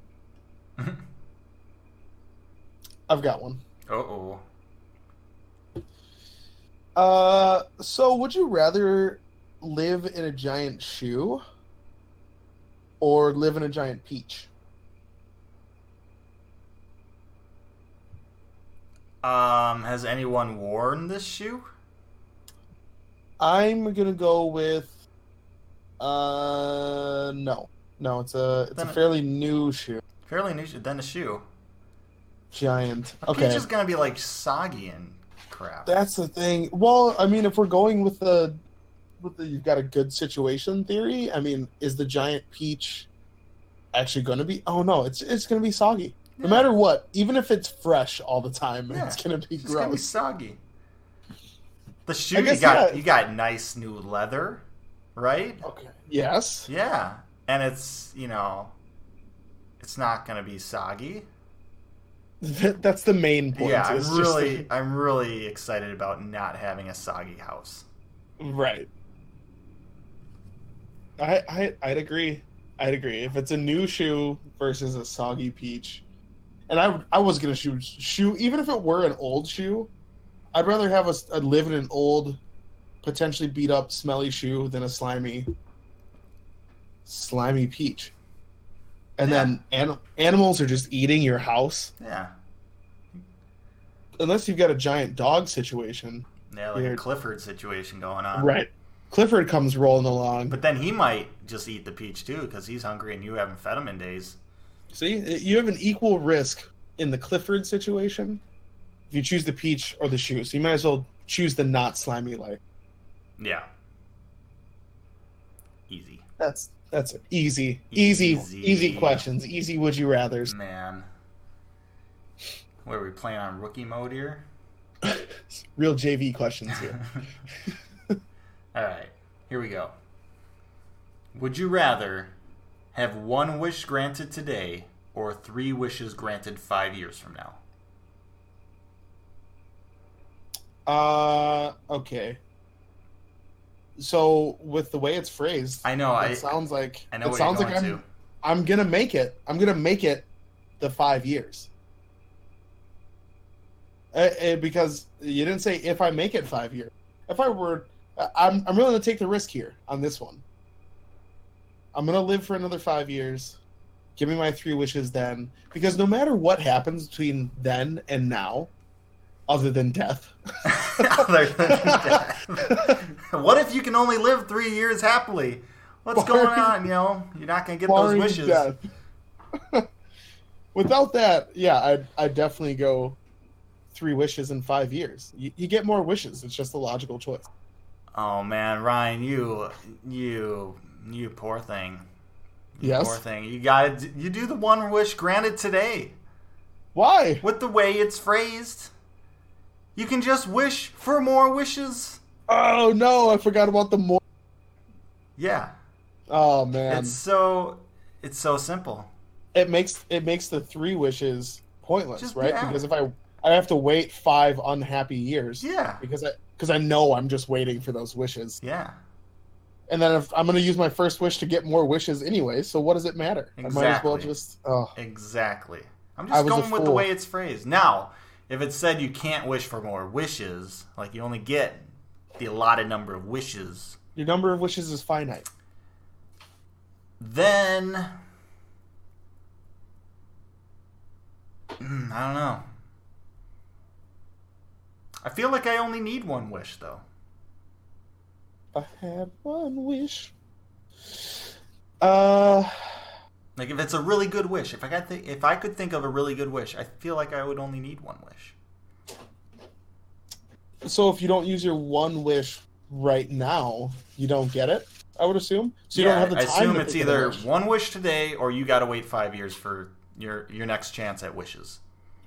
[SPEAKER 3] oh
[SPEAKER 2] I've got one.
[SPEAKER 3] oh.
[SPEAKER 2] Uh, so would you rather live in a giant shoe or live in a giant peach?
[SPEAKER 3] Um, has anyone worn this shoe?
[SPEAKER 2] I'm gonna go with. Uh, no, no, it's a it's a
[SPEAKER 3] Then it-
[SPEAKER 2] fairly new shoe.
[SPEAKER 3] Fairly new shoe, then a shoe.
[SPEAKER 2] Giant.
[SPEAKER 3] A
[SPEAKER 2] Okay.
[SPEAKER 3] Peach is gonna be like soggy and crap.
[SPEAKER 2] That's the thing. Well, I mean, if we're going with the with the you've got a good situation theory, I mean, is the giant peach actually going to be? Oh no, it's it's going to be soggy.
[SPEAKER 3] Yeah.
[SPEAKER 2] No matter what, even if it's fresh all the time, it's
[SPEAKER 3] Yeah.
[SPEAKER 2] going to be
[SPEAKER 3] It's just gonna be
[SPEAKER 2] gross.
[SPEAKER 3] soggy. The shoe
[SPEAKER 2] I
[SPEAKER 3] you
[SPEAKER 2] guess,
[SPEAKER 3] got
[SPEAKER 2] yeah.
[SPEAKER 3] you got nice new leather, right?
[SPEAKER 2] Okay. Yes.
[SPEAKER 3] Yeah. And it's you know it's not gonna be soggy.
[SPEAKER 2] That's the main point.
[SPEAKER 3] yeah, I'm
[SPEAKER 2] is just
[SPEAKER 3] really I'm really excited about not having a soggy house.
[SPEAKER 2] the- right. I I I'd agree. I'd agree. If it's a new shoe versus a soggy peach, and I I was gonna shoe shoe even if it were an old shoe, I'd rather have a, s- a live in an old, potentially beat up, smelly shoe than a slimy, slimy peach. And then an, animals are just eating your house
[SPEAKER 3] Yeah.
[SPEAKER 2] unless you've got a giant dog situation.
[SPEAKER 3] Yeah, like a
[SPEAKER 2] Weird.
[SPEAKER 3] Clifford situation going on.
[SPEAKER 2] Right. Clifford comes rolling along.
[SPEAKER 3] But then he might just eat the peach too because he's hungry and you haven't fed him in days.
[SPEAKER 2] See, you have an equal risk in the Clifford situation if you choose the peach or the shoe. So you might as well choose the not slimy life.
[SPEAKER 3] Yeah. Easy.
[SPEAKER 2] That's that's it. easy, easy,
[SPEAKER 3] Easy.
[SPEAKER 2] easy, questions, easy would you rather's.
[SPEAKER 3] Man. What are we playing on rookie mode here?
[SPEAKER 2] Real JV questions here.
[SPEAKER 3] Alright, here we go. Would you rather have one wish granted today or three wishes granted five years from now?
[SPEAKER 2] uh, okay. So with the way it's phrased,
[SPEAKER 3] I know, I
[SPEAKER 2] it sounds like
[SPEAKER 3] I know
[SPEAKER 2] it
[SPEAKER 3] what
[SPEAKER 2] sounds
[SPEAKER 3] you're
[SPEAKER 2] like
[SPEAKER 3] going
[SPEAKER 2] I'm
[SPEAKER 3] to.
[SPEAKER 2] I'm gonna make it. I'm gonna make it the five years. Eh, eh, because you didn't say if I make it five years. If I were, I- I'm I'm willing to take the risk here on this one. I'm gonna live for another five years. Give me my three wishes then, because no matter what happens between then and now, other than death,
[SPEAKER 3] Other than that. what if you can only live three years happily? What's going
[SPEAKER 2] Barring-
[SPEAKER 3] on? You know, you're not gonna get those
[SPEAKER 2] barring
[SPEAKER 3] wishes.
[SPEAKER 2] death. Without that, yeah, I'd, I'd definitely go three wishes in five years. You, you get more wishes. It's just a logical choice.
[SPEAKER 3] Oh man, Ryan, you, you, you poor thing. You
[SPEAKER 2] Yes.
[SPEAKER 3] Poor thing. You got to you do the one wish granted today.
[SPEAKER 2] Why?
[SPEAKER 3] With the way it's phrased, you can just wish for more wishes.
[SPEAKER 2] Oh, no, I forgot about the more.
[SPEAKER 3] Yeah,
[SPEAKER 2] Oh, man.
[SPEAKER 3] it's so, it's so simple.
[SPEAKER 2] it makes it makes the three wishes pointless,
[SPEAKER 3] Just-
[SPEAKER 2] right?
[SPEAKER 3] yeah.
[SPEAKER 2] Because if I I have to wait five unhappy years
[SPEAKER 3] Yeah.
[SPEAKER 2] because I because I know I'm just waiting for those wishes,
[SPEAKER 3] Yeah.
[SPEAKER 2] and then if I'm going to use my first wish to get more wishes anyway, so what does it matter? I might as well
[SPEAKER 3] Exactly.
[SPEAKER 2] just. Oh,
[SPEAKER 3] Exactly. I'm
[SPEAKER 2] I
[SPEAKER 3] just
[SPEAKER 2] was a
[SPEAKER 3] going with the
[SPEAKER 2] fool.
[SPEAKER 3] way it's phrased. Now, if it said you can't wish for more wishes, like you only get the allotted number of wishes,
[SPEAKER 2] your number of wishes is finite.
[SPEAKER 3] then Mm, I don't know. I feel like I only need one wish though.
[SPEAKER 2] If I had one wish. Uh,
[SPEAKER 3] Like if it's a really good wish, if I got th- if I could think of a really good wish, I feel like I would only need one wish.
[SPEAKER 2] so if you don't use your one wish right now, you don't get it. I would assume. So you
[SPEAKER 3] yeah,
[SPEAKER 2] don't have the time.
[SPEAKER 3] I assume
[SPEAKER 2] to
[SPEAKER 3] it's
[SPEAKER 2] think of the
[SPEAKER 3] either
[SPEAKER 2] wish.
[SPEAKER 3] one wish today or you got to wait five years for your your next chance at wishes.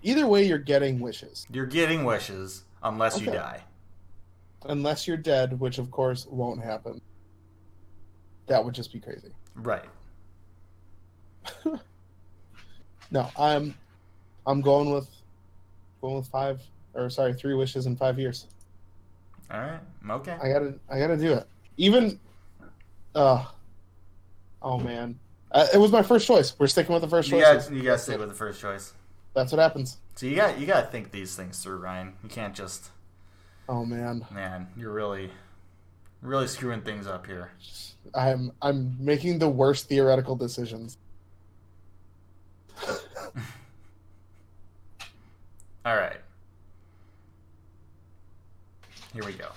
[SPEAKER 2] either way, you're getting wishes
[SPEAKER 3] You're getting wishes unless you
[SPEAKER 2] Okay.
[SPEAKER 3] die.
[SPEAKER 2] unless you're dead, which of course won't happen. That would just be crazy.
[SPEAKER 3] Right.
[SPEAKER 2] No, I'm, I'm going with, going with five or sorry, three wishes in five years.
[SPEAKER 3] All right. Okay.
[SPEAKER 2] I gotta, I gotta do it. Even, uh, oh man, uh, it was my first choice. We're sticking with the first
[SPEAKER 3] you
[SPEAKER 2] choice.
[SPEAKER 3] got you got to stick with the first choice.
[SPEAKER 2] That's what happens.
[SPEAKER 3] So you got you got to think these things through, Ryan. You can't just
[SPEAKER 2] Oh man,
[SPEAKER 3] man. You're really really screwing things up here.
[SPEAKER 2] I'm, I'm making the worst theoretical decisions.
[SPEAKER 3] All right. Here we go.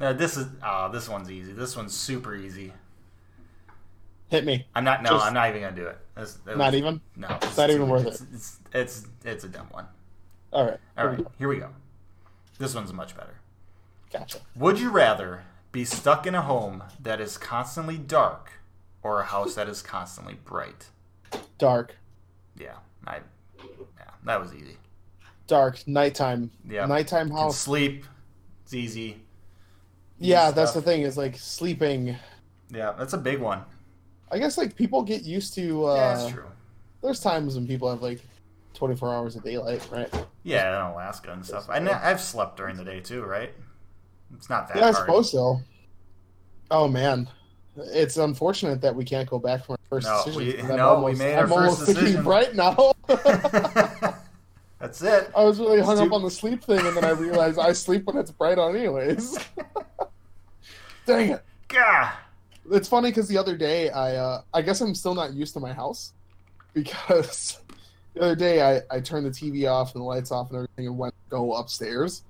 [SPEAKER 3] Now this is ah this one's easy. This one's super easy.
[SPEAKER 2] Hit me.
[SPEAKER 3] I'm not. No,
[SPEAKER 2] Just-
[SPEAKER 3] I'm not even gonna do it. That's, that
[SPEAKER 2] Not
[SPEAKER 3] was-
[SPEAKER 2] even.
[SPEAKER 3] No,
[SPEAKER 2] It's not even worth
[SPEAKER 3] it's, It's, it's it's a dumb one.
[SPEAKER 2] All right.
[SPEAKER 3] All right, here we go. This one's much better.
[SPEAKER 2] Gotcha.
[SPEAKER 3] Would you rather be stuck in a home that is constantly dark, or a house that is constantly bright?
[SPEAKER 2] Dark.
[SPEAKER 3] Yeah, I. Yeah, that was easy.
[SPEAKER 2] dark nighttime
[SPEAKER 3] Yeah.
[SPEAKER 2] nighttime
[SPEAKER 3] Can
[SPEAKER 2] house
[SPEAKER 3] sleep. It's easy.
[SPEAKER 2] Oh. yeah
[SPEAKER 3] and
[SPEAKER 2] that's the
[SPEAKER 3] stuff.
[SPEAKER 2] thing is like sleeping
[SPEAKER 3] Yeah, that's a big one.
[SPEAKER 2] i guess like people get used to uh
[SPEAKER 3] yeah, that's true.
[SPEAKER 2] there's times when people have like 24 hours of daylight right
[SPEAKER 3] Yeah, in Alaska and stuff. I know, I've slept during the day too, right? It's not that
[SPEAKER 2] yeah i
[SPEAKER 3] hard.
[SPEAKER 2] suppose so oh man it's unfortunate that we can't go back from our first
[SPEAKER 3] No,
[SPEAKER 2] decision
[SPEAKER 3] we-
[SPEAKER 2] 'cause I'm
[SPEAKER 3] no, we
[SPEAKER 2] almost-
[SPEAKER 3] made our
[SPEAKER 2] I'm
[SPEAKER 3] first
[SPEAKER 2] almost
[SPEAKER 3] decision.
[SPEAKER 2] thinking right now
[SPEAKER 3] that's it.
[SPEAKER 2] i was really hung up
[SPEAKER 3] do-
[SPEAKER 2] on the sleep thing and then i realized i sleep when it's bright on anyways dang it
[SPEAKER 3] Gah!
[SPEAKER 2] It's funny because the other day I uh, I guess I'm still not used to my house because the other day I, I turned the TV off and the lights off and everything and went to go upstairs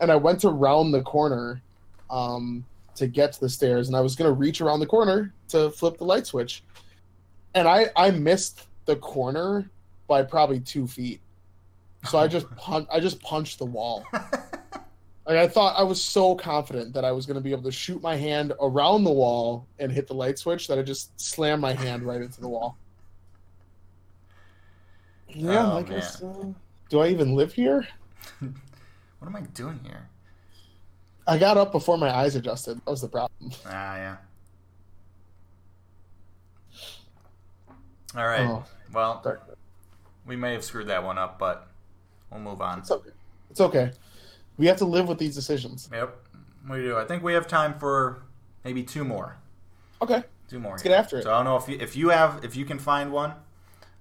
[SPEAKER 2] and I went to round the corner um, to get to the stairs and I was gonna reach around the corner to flip the light switch and I I missed the corner by probably two feet so I just pun- I just punched the wall. Like I thought I was so confident that I was going to be able to shoot my hand around the wall and hit the light switch that I just slammed my hand right into the wall. Yeah,
[SPEAKER 3] Oh,
[SPEAKER 2] I guess. Uh, do I even live here?
[SPEAKER 3] What am I doing here?
[SPEAKER 2] I got up before my eyes adjusted. That was the problem.
[SPEAKER 3] Ah, yeah. All right.
[SPEAKER 2] Oh.
[SPEAKER 3] well,
[SPEAKER 2] Sorry.
[SPEAKER 3] we may have screwed that one up, but we'll move on.
[SPEAKER 2] It's okay. It's okay. We have to live with these decisions.
[SPEAKER 3] Yep, we do. I think we have time for maybe two more.
[SPEAKER 2] Okay.
[SPEAKER 3] Two more. Let's
[SPEAKER 2] get after it.
[SPEAKER 3] So I don't know if you, if you have if you can find one,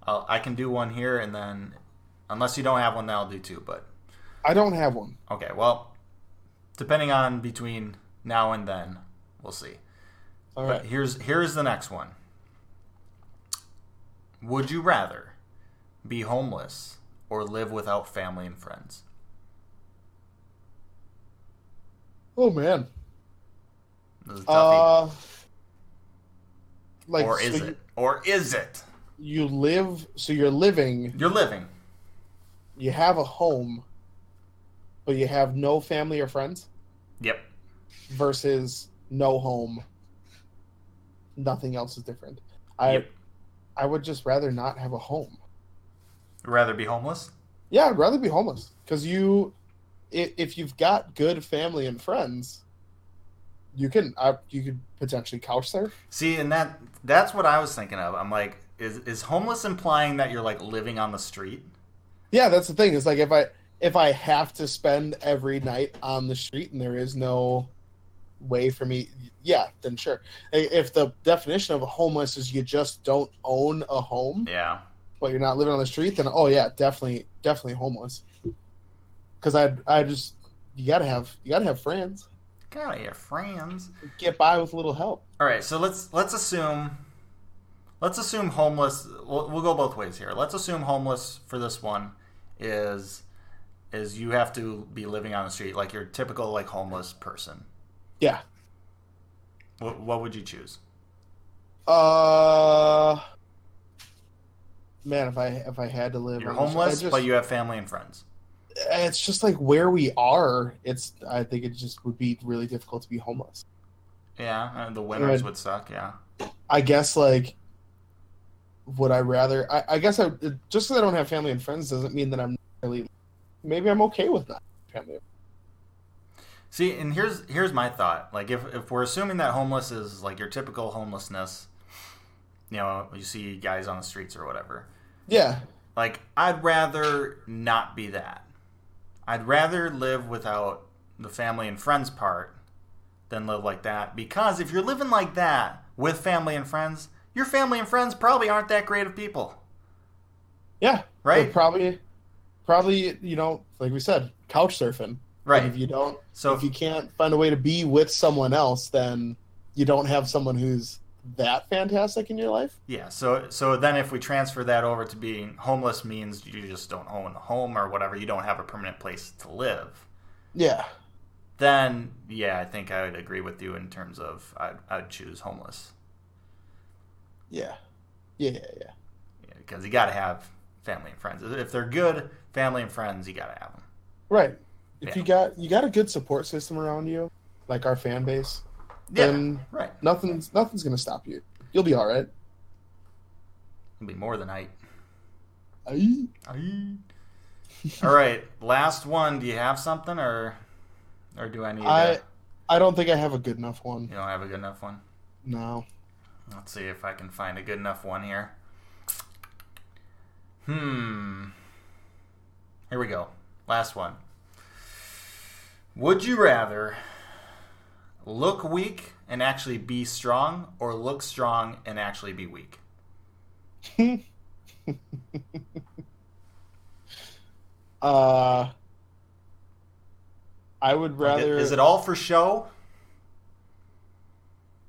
[SPEAKER 3] I'll, I can do one here, and then unless you don't have one, then I'll do two. But
[SPEAKER 2] I don't have one.
[SPEAKER 3] okay, well, depending on between now and then, we'll see.
[SPEAKER 2] All
[SPEAKER 3] But
[SPEAKER 2] right.
[SPEAKER 3] here's here's the next one. Would you rather be homeless or live without family and friends?
[SPEAKER 2] Oh man.
[SPEAKER 3] This is a toughie.
[SPEAKER 2] Uh, like
[SPEAKER 3] or is
[SPEAKER 2] so
[SPEAKER 3] it? Or is it?
[SPEAKER 2] You, you live. So you're living.
[SPEAKER 3] You're living.
[SPEAKER 2] you have a home, but you have no family or friends
[SPEAKER 3] Yep.
[SPEAKER 2] versus no home. Nothing else is different. I
[SPEAKER 3] Yep.
[SPEAKER 2] I would just rather not have a home.
[SPEAKER 3] Rather be homeless?
[SPEAKER 2] Yeah, I'd rather be homeless because you, i- if you've got good family and friends, uh, you can I, you could potentially couch surf.
[SPEAKER 3] See, and that that's what I was thinking of. I'm like, is is homeless implying that you're like living on the street?
[SPEAKER 2] Yeah, that's the thing. It's like if I if I have to spend every night on the street and there is no way for me, yeah, then sure. I- If the definition of homeless is you just don't own a home,
[SPEAKER 3] Yeah.
[SPEAKER 2] but you're not living on the street, then oh yeah, definitely definitely homeless. Because I I just you gotta have you gotta have friends.
[SPEAKER 3] Get out of here, friends.
[SPEAKER 2] Get by with a little help.
[SPEAKER 3] All right, so let's let's assume let's assume homeless. We'll, we'll go both ways here. Let's assume homeless for this one is is you have to be living on the street like your typical like homeless person.
[SPEAKER 2] Yeah.
[SPEAKER 3] What, what would you choose?
[SPEAKER 2] Uh, man, if I if I had to live,
[SPEAKER 3] You're
[SPEAKER 2] on the- I
[SPEAKER 3] homeless,
[SPEAKER 2] just-
[SPEAKER 3] but you have family and friends.
[SPEAKER 2] it's just like where we are. It's I think it just would be really difficult to be homeless.
[SPEAKER 3] Yeah, and the winters
[SPEAKER 2] Good.
[SPEAKER 3] would suck. Yeah,
[SPEAKER 2] I guess like would I rather? I, I guess I just because I don't have family and friends doesn't mean that I'm really. Maybe I'm okay with not having family.
[SPEAKER 3] See, and here's here's my thought. Like, if if we're assuming that homeless is like your typical homelessness, you know, you see guys on the streets or whatever.
[SPEAKER 2] Yeah,
[SPEAKER 3] Like, I'd rather not be that. I'd rather live without the family and friends part than live like that. Because if you're living like that with family and friends, your family and friends probably aren't that great of people.
[SPEAKER 2] yeah,
[SPEAKER 3] Right.
[SPEAKER 2] Like, Probably, probably you know, like we said, couch surfing. Like,
[SPEAKER 3] Right.
[SPEAKER 2] if you don't
[SPEAKER 3] so
[SPEAKER 2] if you can't find a way to be with someone else, then you don't have someone who's that fantastic in your life.
[SPEAKER 3] Yeah, so so then if we transfer that over to being homeless means you just don't own a home or whatever, you don't have a permanent place to live.
[SPEAKER 2] Yeah.
[SPEAKER 3] Then yeah, I think I would agree with you in terms of I'd, I'd choose homeless
[SPEAKER 2] Yeah. Yeah. Yeah. Yeah.
[SPEAKER 3] because you got to have family and friends. If they're good family and friends, you got to have them.
[SPEAKER 2] Right. If
[SPEAKER 3] Yeah.
[SPEAKER 2] you got you got a good support system around you, like our fan base,
[SPEAKER 3] Yeah,
[SPEAKER 2] Then-
[SPEAKER 3] right.
[SPEAKER 2] nothing's nothing's gonna stop you. You'll be all right.
[SPEAKER 3] It'll be more than eight.
[SPEAKER 2] Aye.
[SPEAKER 3] All right, last one. Do you have something or or do I need?
[SPEAKER 2] I
[SPEAKER 3] to,
[SPEAKER 2] I don't think I have a good enough one.
[SPEAKER 3] you don't have a good enough one.
[SPEAKER 2] No.
[SPEAKER 3] Let's see if I can find a good enough one here. Hmm. Here we go. Last one. Would you rather look weak and actually be strong or look strong and actually be weak?
[SPEAKER 2] Uh I would rather
[SPEAKER 3] Is it all for show?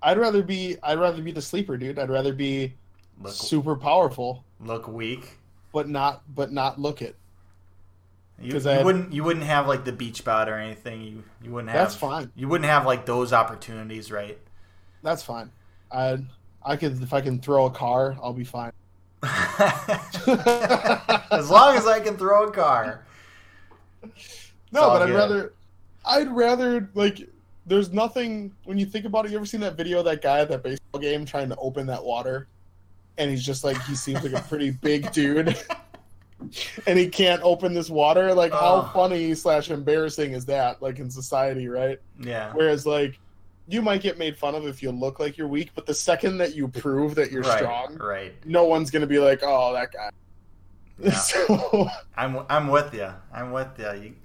[SPEAKER 2] I'd rather be I'd rather be the sleeper dude. I'd rather be
[SPEAKER 3] Look,
[SPEAKER 2] super powerful
[SPEAKER 3] look weak.
[SPEAKER 2] but not but not look it.
[SPEAKER 3] You,
[SPEAKER 2] 'Cause
[SPEAKER 3] you
[SPEAKER 2] I-
[SPEAKER 3] wouldn't you wouldn't have like the beach bod or anything. You you wouldn't have
[SPEAKER 2] That's fine.
[SPEAKER 3] You wouldn't have like those opportunities, right?
[SPEAKER 2] That's fine. I I could if I can throw a car, I'll be fine.
[SPEAKER 3] as long as I can throw a car.
[SPEAKER 2] No,
[SPEAKER 3] all
[SPEAKER 2] but I'd
[SPEAKER 3] good.
[SPEAKER 2] rather I'd rather like there's nothing when you think about it, you ever seen that video of that guy at that baseball game trying to open that water? And he's just like he seems like a pretty big dude. and he can't open this water. Like how
[SPEAKER 3] Oh.
[SPEAKER 2] funny slash embarrassing is that, like in society, right?
[SPEAKER 3] Yeah.
[SPEAKER 2] Whereas like you might get made fun of if you look like you're weak, but the second that you prove that you're
[SPEAKER 3] right,
[SPEAKER 2] strong,
[SPEAKER 3] Right.
[SPEAKER 2] no one's gonna be like, "Oh, that guy."
[SPEAKER 3] Yeah.
[SPEAKER 2] So
[SPEAKER 3] I'm I'm with you. I'm with ya. you.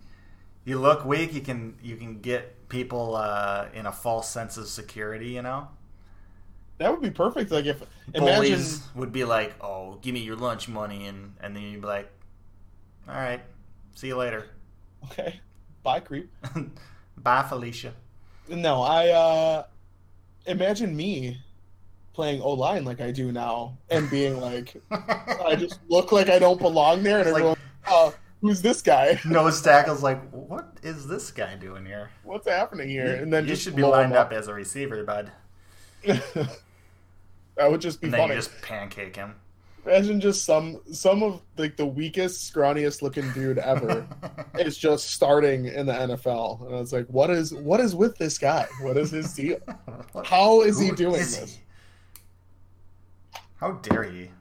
[SPEAKER 3] You look weak. You can you can get people uh, in a false sense of security. You know,
[SPEAKER 2] that would be perfect. Like if imagine,
[SPEAKER 3] bullies would be like, "Oh, give me your lunch money," and and then you'd be like, "All right, see you later.
[SPEAKER 2] okay, bye, creep.
[SPEAKER 3] Bye, Felicia."
[SPEAKER 2] No, I uh imagine me playing O line like I do now and being like, I just look like I don't belong there, and
[SPEAKER 3] It's like-
[SPEAKER 2] everyone, oh, who's this guy?
[SPEAKER 3] Nose tackle's like, "What is this guy doing here?"
[SPEAKER 2] What's happening here? And then
[SPEAKER 3] you
[SPEAKER 2] just
[SPEAKER 3] should be
[SPEAKER 2] blow him
[SPEAKER 3] lined up as a receiver, bud.
[SPEAKER 2] that would just be
[SPEAKER 3] And then
[SPEAKER 2] funny.
[SPEAKER 3] you just pancake him.
[SPEAKER 2] Imagine just some some of like the weakest, scrawniest looking dude ever is just starting in the NFL, and I was like, what is what is with this guy? What is his deal? How is he
[SPEAKER 3] Who
[SPEAKER 2] doing
[SPEAKER 3] is
[SPEAKER 2] this?
[SPEAKER 3] he? How dare he?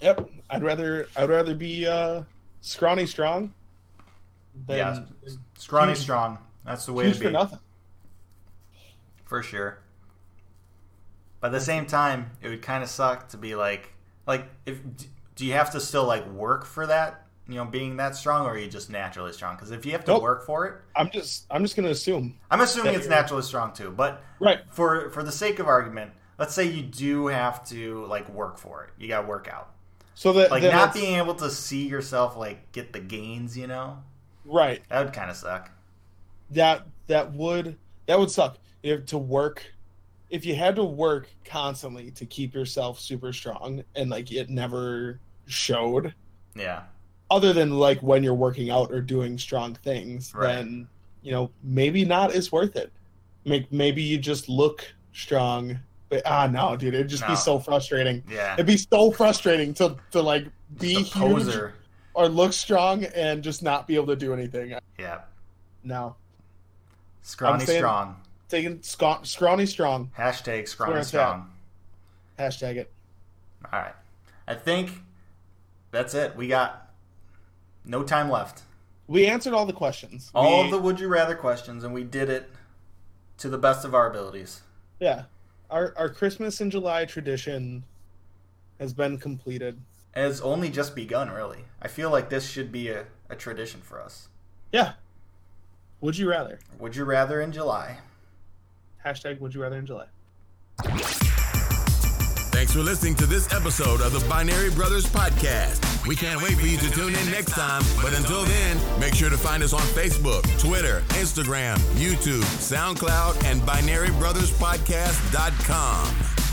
[SPEAKER 2] Yep, I'd rather I'd rather be uh, scrawny strong
[SPEAKER 3] Yeah,
[SPEAKER 2] than
[SPEAKER 3] Scrawny
[SPEAKER 2] Huge-
[SPEAKER 3] strong. That's the way
[SPEAKER 2] huge
[SPEAKER 3] to
[SPEAKER 2] for
[SPEAKER 3] be
[SPEAKER 2] nothing.
[SPEAKER 3] for sure. But at the same time, it would kind of suck to be like like if do you have to still like work for that? You know, being that strong, or are you just naturally strong? Because if you have to
[SPEAKER 2] Nope.
[SPEAKER 3] work for it,
[SPEAKER 2] I'm just I'm just gonna assume.
[SPEAKER 3] I'm assuming it's
[SPEAKER 2] you're-
[SPEAKER 3] naturally strong too, but
[SPEAKER 2] Right.
[SPEAKER 3] for for the sake of argument, let's say you do have to like work for it. You got to work out,
[SPEAKER 2] So that
[SPEAKER 3] like
[SPEAKER 2] that
[SPEAKER 3] not
[SPEAKER 2] it's-
[SPEAKER 3] being able to see yourself like get the gains. You know,
[SPEAKER 2] right.
[SPEAKER 3] that would kind of suck.
[SPEAKER 2] That that would that would suck if to work if you had to work constantly to keep yourself super strong and like it never showed
[SPEAKER 3] Yeah,
[SPEAKER 2] other than like when you're working out or doing strong things
[SPEAKER 3] Right.
[SPEAKER 2] then you know maybe not is worth it Make, maybe you just look strong but ah no dude it'd just
[SPEAKER 3] No.
[SPEAKER 2] be so frustrating
[SPEAKER 3] yeah.
[SPEAKER 2] it'd be so frustrating to to like be
[SPEAKER 3] Just
[SPEAKER 2] huge
[SPEAKER 3] a poser.
[SPEAKER 2] or look strong and just not be able to do anything
[SPEAKER 3] Yeah,
[SPEAKER 2] no
[SPEAKER 3] scrawny
[SPEAKER 2] I'm saying-
[SPEAKER 3] strong.
[SPEAKER 2] taking sca- scrawny strong
[SPEAKER 3] Hashtag
[SPEAKER 2] Where
[SPEAKER 3] scrawny
[SPEAKER 2] it's at.
[SPEAKER 3] strong.
[SPEAKER 2] hashtag it
[SPEAKER 3] All right, I think that's it. We got no time left.
[SPEAKER 2] we answered all the questions
[SPEAKER 3] All
[SPEAKER 2] We-
[SPEAKER 3] of the would you rather questions, and we did it to the best of our abilities.
[SPEAKER 2] yeah our our christmas in july tradition has been completed
[SPEAKER 3] And it's only just begun, really. I feel like this should be a, a tradition for us.
[SPEAKER 2] yeah would you rather
[SPEAKER 3] Would you rather in July?
[SPEAKER 2] hashtag would you rather in july
[SPEAKER 1] Thanks for listening to this episode of the Binary Brothers Podcast. We can't wait for you to tune in next time, but until then, make sure to find us on Facebook, Twitter, Instagram, YouTube, SoundCloud, and binarybrotherspodcast.com.